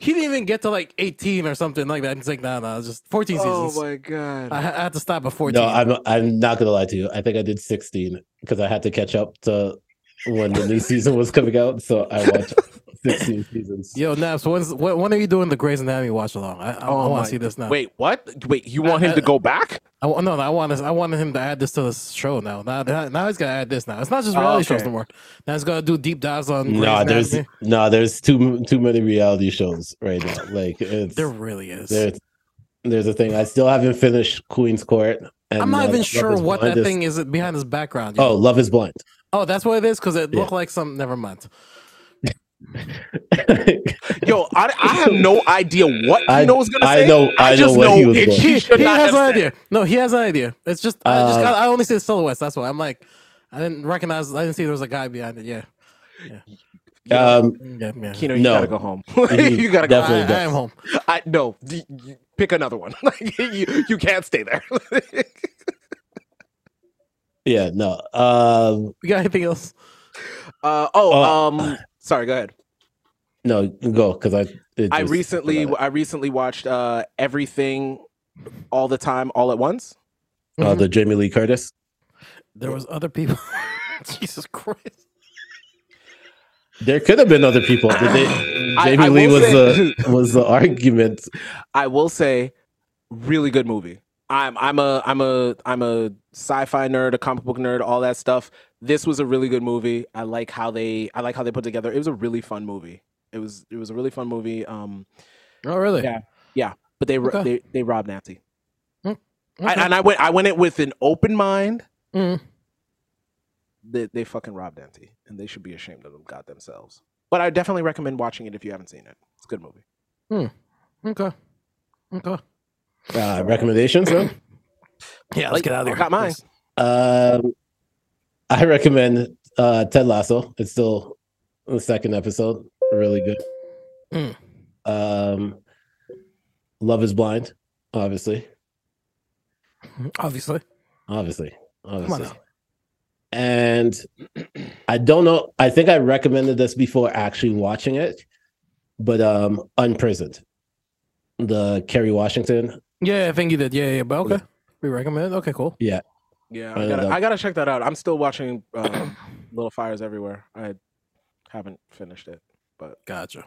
S3: He didn't even get to like 18 or something like that. He's like, nah, nah, it's just 14
S1: oh
S3: seasons.
S1: my god.
S3: I, ha- I had to stop at 14.
S2: No, I'm, I'm not gonna lie to you. I think I did sixteen because I had to catch up to when the new season was coming out. So I watched sixteen seasons.
S3: Yo, Naps, when's, when, when are you doing the Grey's Anatomy watch along? I, I, I
S1: Oh
S3: want
S1: my
S3: to see this
S2: uh,
S3: now.
S1: Wait, what? Wait, you want him to go back?
S3: I, wa- no, no, I want to. I wanted him to add this to the show now. Now, now now he's gonna add this now. It's not just
S1: Oh,
S3: reality shows
S1: okay.
S3: no more. Now he's gonna do deep dives on.
S2: No, there's
S3: Grey's
S2: no,
S3: Anatomy.
S2: there's too too many reality shows right now. Like it's
S3: there really is.
S2: there's there's a thing. I still haven't finished Queen's Court. And
S3: I'm
S2: uh,
S3: not even
S2: Love
S3: sure
S2: is
S3: what
S2: Blind
S3: that
S2: is-
S3: thing is behind his background. yo.
S2: Oh, Love is Blind.
S3: oh, that's what it is because it
S2: Yeah.
S3: looked like some. Never mind.
S1: Yo, I, I have no idea what
S2: I-
S1: you know was gonna
S2: I
S1: say.
S2: know- I know
S1: just
S2: what
S1: know
S2: he was
S1: it-
S2: going-
S1: He
S3: he,
S1: should
S3: he
S1: not
S3: has
S1: have
S3: an
S1: said
S3: idea. No, he has an idea. It's just I just
S2: Uh,
S3: got, I only see the silhouettes. That's why I'm like I didn't recognize. I didn't see there was a guy behind it. Yeah, Mm,
S2: Um,
S3: yeah, yeah.
S1: Kino, you
S2: No.
S1: gotta go home.
S2: Mhm.
S1: you gotta go.
S3: I,
S2: Definitely
S3: I am
S2: does.
S3: home.
S1: I no. d- you- Pick another one. Like you, you can't stay there.
S2: yeah, no. Um,
S3: We got anything else?
S1: uh, oh,
S2: Oh.
S1: um, sorry. Go ahead.
S2: no, go because I. it
S1: I
S2: just-
S1: recently, I recently watched uh, everything, all the time, all at once.
S2: uh,
S1: mm-hmm.
S2: the Jamie Lee Curtis.
S3: There was other people. Jesus Christ.
S2: There could have been other people, but they, Jamie
S1: I
S2: Lee
S1: will
S2: was
S1: say-
S2: the was the argument.
S1: I will say, really good movie. I'm I'm a I'm a I'm a sci-fi nerd, a comic book nerd, all that stuff. This was a really good movie. I like how they I like how they put together. It was a really fun movie. It was it was a really fun movie. Um,
S3: Oh, really?
S1: Yeah. but they ro-
S3: Okay.
S1: they they robbed Nancy. I,
S3: Okay.
S1: and I went I went it with an open mind.
S3: Mm.
S1: They they fucking robbed Nancy, and they should be ashamed of them god themselves. But I definitely recommend watching it if you haven't seen it. It's a good movie.
S3: Okay. Okay.
S2: Uh, recommendations. Though?
S3: Yeah,
S1: Like,
S3: let's get out of
S1: I
S3: here.
S1: got mine.
S3: Let's-
S2: Um, I recommend uh, Ted Lasso. It's still the second episode. Really good.
S3: Mm.
S2: Um, Love is Blind, obviously,
S3: Obviously.
S2: obviously,
S3: Come on
S2: obviously.
S3: now.
S2: And I don't know. I think I recommended this before actually watching it, but um, Unprisoned, the Kerry Washington
S3: Yeah, I think you did. Yeah, yeah, but okay. We recommend. Okay, cool.
S2: Yeah.
S1: Yeah,
S3: Uh,
S1: I gotta,
S3: that-
S1: I gotta check that out. I'm still watching uh, Little Fires Everywhere. I haven't finished it, but
S3: gotcha,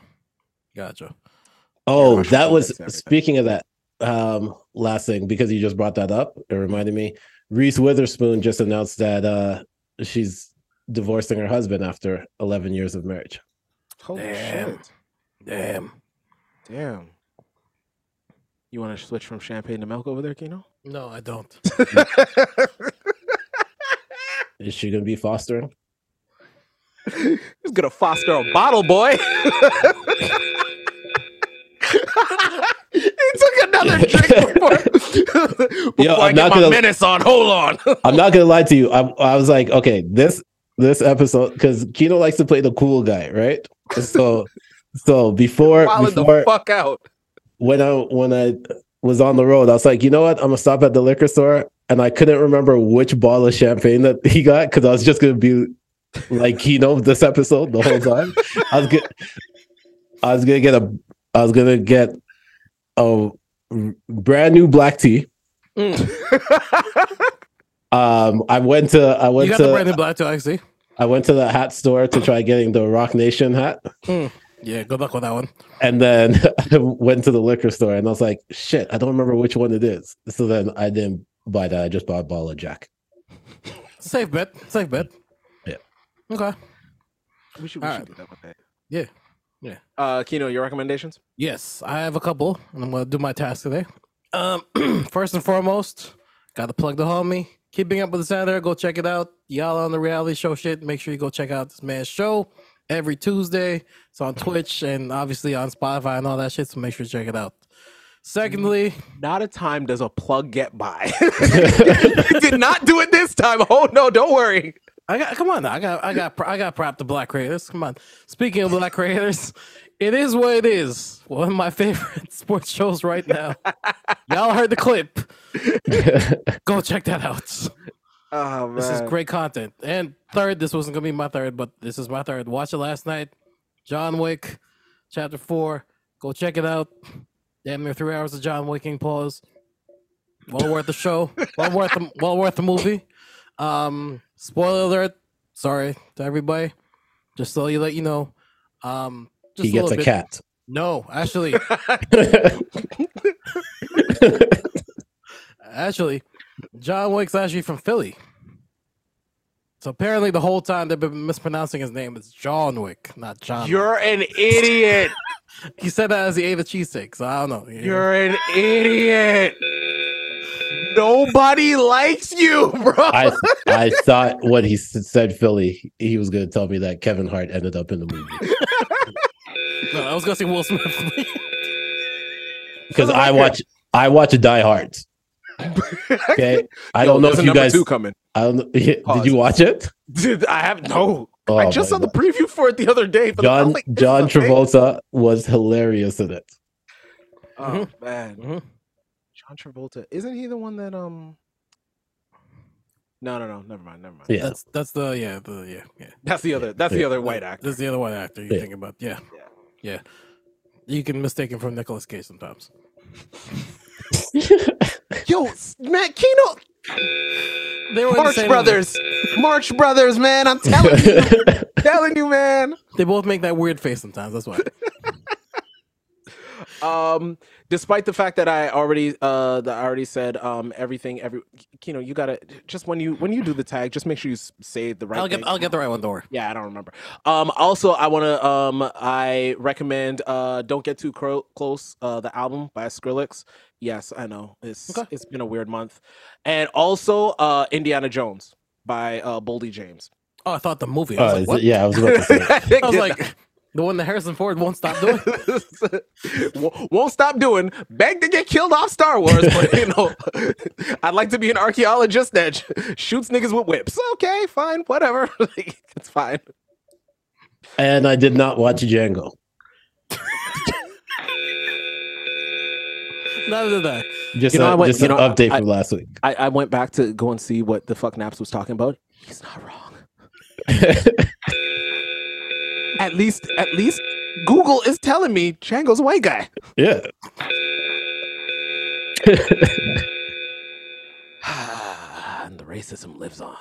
S3: gotcha.
S2: Oh,
S1: Yeah,
S2: that was
S1: that's everything.
S2: speaking of that. Um, last thing, because you just brought that up, it reminded me. Reese Witherspoon just announced that uh she's divorcing her husband after 11 years of marriage.
S1: Holy
S3: Damn.
S1: shit!
S3: Damn.
S1: Damn. You want to switch from champagne to milk over there, Kino?
S3: No, I don't.
S2: Is she gonna be fostering?
S1: He's gonna foster a bottle boy. he took another drink before, before
S2: Yo,
S1: I
S2: I'm
S1: get
S2: not
S1: my
S2: gonna-
S1: menace on. Hold on.
S2: I'm not gonna lie to you. I'm, I was like, okay, this this episode because Kino likes to play the cool guy, right? So, so before
S1: Wilding the
S2: before
S1: fuck out.
S2: when I when I was on the road, I was like, you know what? I'm gonna stop at the liquor store, and I couldn't remember which bottle of champagne that he got because I was just gonna be like, you know, this episode the whole time. I was get, I was gonna get a, I was gonna get a brand new black tea.
S3: Mm.
S2: um, I went to I
S3: You
S2: went
S3: got
S2: to
S1: uh,
S3: the brand new black too, I see.
S2: I went to the hat store to try getting the Rock Nation hat.
S3: Mm. Yeah, good luck with that one.
S2: And then I went to the liquor store and I was like, shit, I don't remember which one it is. So then I didn't buy that. I just bought a bottle of Jack.
S3: Safe bet. Safe bet.
S2: Yeah.
S3: Okay.
S1: We should, we
S3: All
S1: should
S3: right.
S1: do that one day.
S3: Yeah. Yeah.
S1: Uh, Kino, your recommendations?
S3: Yes, I have a couple, and I'm gonna do my task today. Um, first and foremost, gotta plug the homie. Keeping up with the Senator, go check it out. Y'all on the reality show shit. Make sure you go check out this man's show every Tuesday. It's on Twitch and obviously on Spotify and all that shit. So make sure you check it out. Secondly,
S1: Not a time does a plug get by. You did not do it this time. Oh no, don't worry.
S3: I got come on now. I got I got I got prop to black creators. Come on. Speaking of black creators, it is what it is. One of my favorite sports shows right now. Y'all heard the clip. Go check that out.
S1: Oh man,
S3: This is great content. And third, this wasn't gonna be my third, but this is my third. Watch it last night. John Wick, chapter four. Go check it out. Damn near three hours of John Wicking pause. Well worth the show. Well worth the, well worth the movie. Um, spoiler alert. Sorry to everybody. Just so you let you know. Um, just
S2: He gets
S3: little
S2: a
S3: bit-
S2: cat.
S3: No, actually, actually, John Wick's actually from Philly. So apparently, the whole time they've been mispronouncing his name. It's John Wick, not John. Wick.
S1: You're an idiot.
S3: He said that as he ate a cheesesteak. So I don't know.
S1: You're an idiot. Nobody likes you, bro.
S2: I I thought when he s- said Philly, he was going to tell me that Kevin Hart ended up in the movie
S3: No, I was gonna say Will Smith.
S2: because I watch I watch Die Hard. Okay, I
S1: Yo,
S2: don't know
S1: there's
S2: if
S1: a
S2: you
S1: number
S2: guys.
S1: two coming.
S2: I don't. know- Did
S1: Pause.
S2: you watch it?
S1: Dude, I have no. I
S2: Oh,
S1: just
S2: my
S1: saw the preview for it the other day. But
S2: John
S1: I'm like, this
S2: John
S1: is a thing?
S2: Travolta was hilarious in it.
S1: Oh man, John Travolta isn't he the one that um? No, no, no. Never mind. Never mind.
S2: Yeah.
S3: That's that's the yeah the yeah yeah.
S1: That's the other. That's the
S2: Yeah.
S1: other white actor.
S3: That's the other one actor you
S2: Yeah.
S3: think about. Yeah. yeah, You can mistake him for Nicolas Cage sometimes.
S1: Yo, s- Matt Kino,
S3: They were in the
S1: March
S3: same-
S1: Brothers, March Brothers, man. I'm telling you, telling you, man.
S3: They both make that weird face sometimes. That's why.
S1: Um, despite the fact that I already, uh, that I already said, um, everything, every, Kino, you gotta just when you when you do the tag, just make sure you s- say the right.
S3: I'll get
S1: thing.
S3: I'll get the right one. Don't worry.
S1: Yeah, I don't remember. Um, also, I want to. Um, I recommend. Uh, don't get too cro- close. Uh, the album by Skrillex. Yes, I know it's
S3: Okay.
S1: it's been a weird month, and also uh, Indiana Jones by uh, Boldy James.
S3: Oh, I thought the movie. I
S2: Uh,
S3: was
S2: is
S3: like,
S2: it-
S3: what?
S2: yeah, I was about to say.
S3: I was like, the one that Harrison Ford won't stop doing.
S1: Wo- won't stop doing. Beg to get killed off Star Wars, but you know, I'd like to be an archaeologist that sh- shoots niggas with whips. Okay, fine, whatever. Like, it's fine.
S2: And I did not watch Django.
S3: Neither did I.
S2: Just,
S1: You know,
S2: a-
S1: I went-
S2: just
S1: you
S2: an
S1: know, I-
S2: update
S1: I-
S2: from last week.
S1: I, I went back to go and see what the fuck Naps was talking about. He's not wrong. at least, at least Google is telling me Django's a white guy.
S2: Yeah.
S1: Ah, and the racism lives on.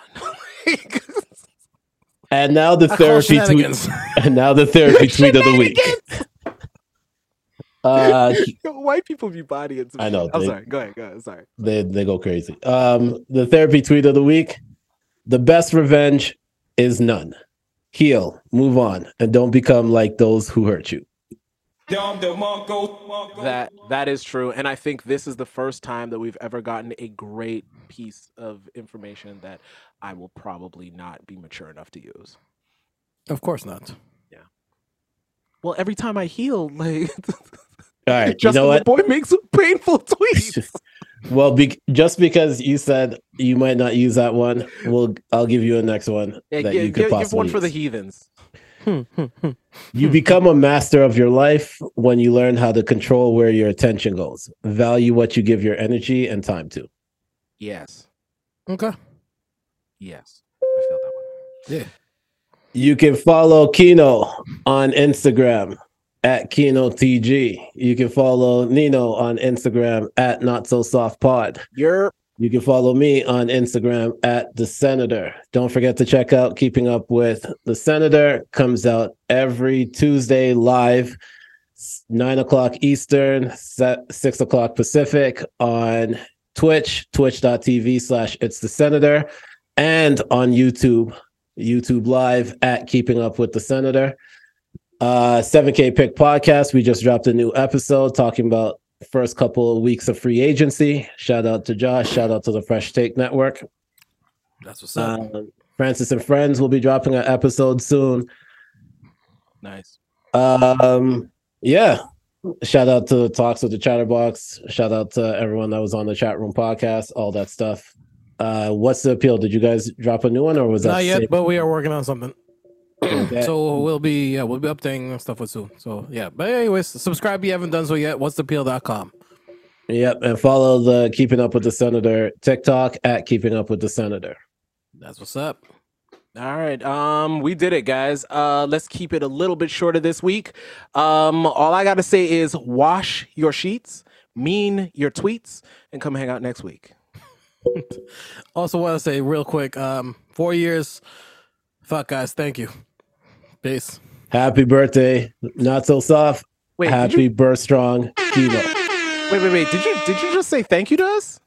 S2: And now the
S1: I call
S2: therapy tweet.
S1: shenanigans.
S2: And now the therapy tweet of the week. Uh,
S1: White people be bodying. some
S2: I know,
S1: shit. I'm
S2: they-
S1: sorry. Go ahead. Go ahead. Sorry.
S2: they they go crazy. Um, the therapy tweet of the week: the best revenge is none. Heal, move on, and don't become like those who hurt you.
S1: That that is true, and I think this is the first time that we've ever gotten a great piece of information that I will probably not be mature enough to use.
S3: Of course not.
S1: Well, every time I heal, like
S2: All right, you
S1: Justin
S2: know what?
S1: boy makes a painful tweet.
S2: Well, be- just because you said you might not use that one, we'll I'll give you a next one
S1: Yeah,
S2: that
S1: gi-
S2: you
S1: gi-
S2: could
S1: give,
S2: possibly
S1: one for the
S2: use.
S1: heathens.
S2: You become a master of your life when you learn how to control where your attention goes, value what you give your energy and time to.
S1: Yes.
S3: Okay.
S1: Yes.
S3: Yeah.
S2: You can follow Kino on Instagram at Kino TG. You can follow Nino on Instagram at Not So Soft Pod.
S1: You're
S2: you can follow me on Instagram at the Senator. Don't forget to check out Keeping Up with the Senator. Comes out every Tuesday live, s- nine o'clock Eastern, se- six o'clock Pacific on Twitch, twitch.tv slash it's the Senator, and on YouTube, YouTube Live at Keeping Up with the Senator uh 7k pick podcast we just dropped a new episode talking about first couple of weeks of free agency shout out to josh shout out to the fresh take network
S3: That's what's up.
S2: Um francis and friends will be dropping an episode soon
S1: Nice.
S2: um yeah shout out to talks with the chatterbox shout out to everyone that was on the chat room podcast all that stuff uh what's the appeal did you guys drop a new one or was that
S3: Not yet,
S2: same-
S3: but we are working on something. so we'll be yeah, we'll be updating stuff with soon. So yeah. But anyways, subscribe if you haven't done so yet. What's the peel.com?
S2: yep and follow the keeping up with the senator tiktok at keeping up with the senator
S3: That's what's up.
S1: All right. Um, we did it, guys. Uh, let's keep it a little bit shorter this week. Um, all I gotta say is wash your sheets, mean your tweets, and come hang out next week.
S3: Also want to say real quick, um, four years. Fuck guys, thank you. Peace.
S2: Happy birthday, not so soft.
S1: Wait, did
S2: Happy
S1: you-
S2: birth strong, Kilo.
S1: Wait, wait, wait. Did you did you just say thank you to us?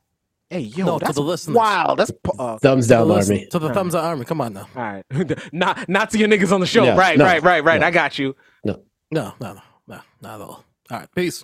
S1: Hey, yo,
S3: No, to
S1: that's
S3: the listeners.
S1: wow. That's po- oh, okay.
S2: Thumbs down,
S3: To the listen-
S2: army.
S3: To the thumbs up army. Come on now.
S1: All right, not not to your niggas on the show.
S2: No,
S1: right,
S2: no,
S1: right, right, right.
S2: no.
S1: I got you.
S2: No.
S3: No, no, no, no, not at all. All right, peace.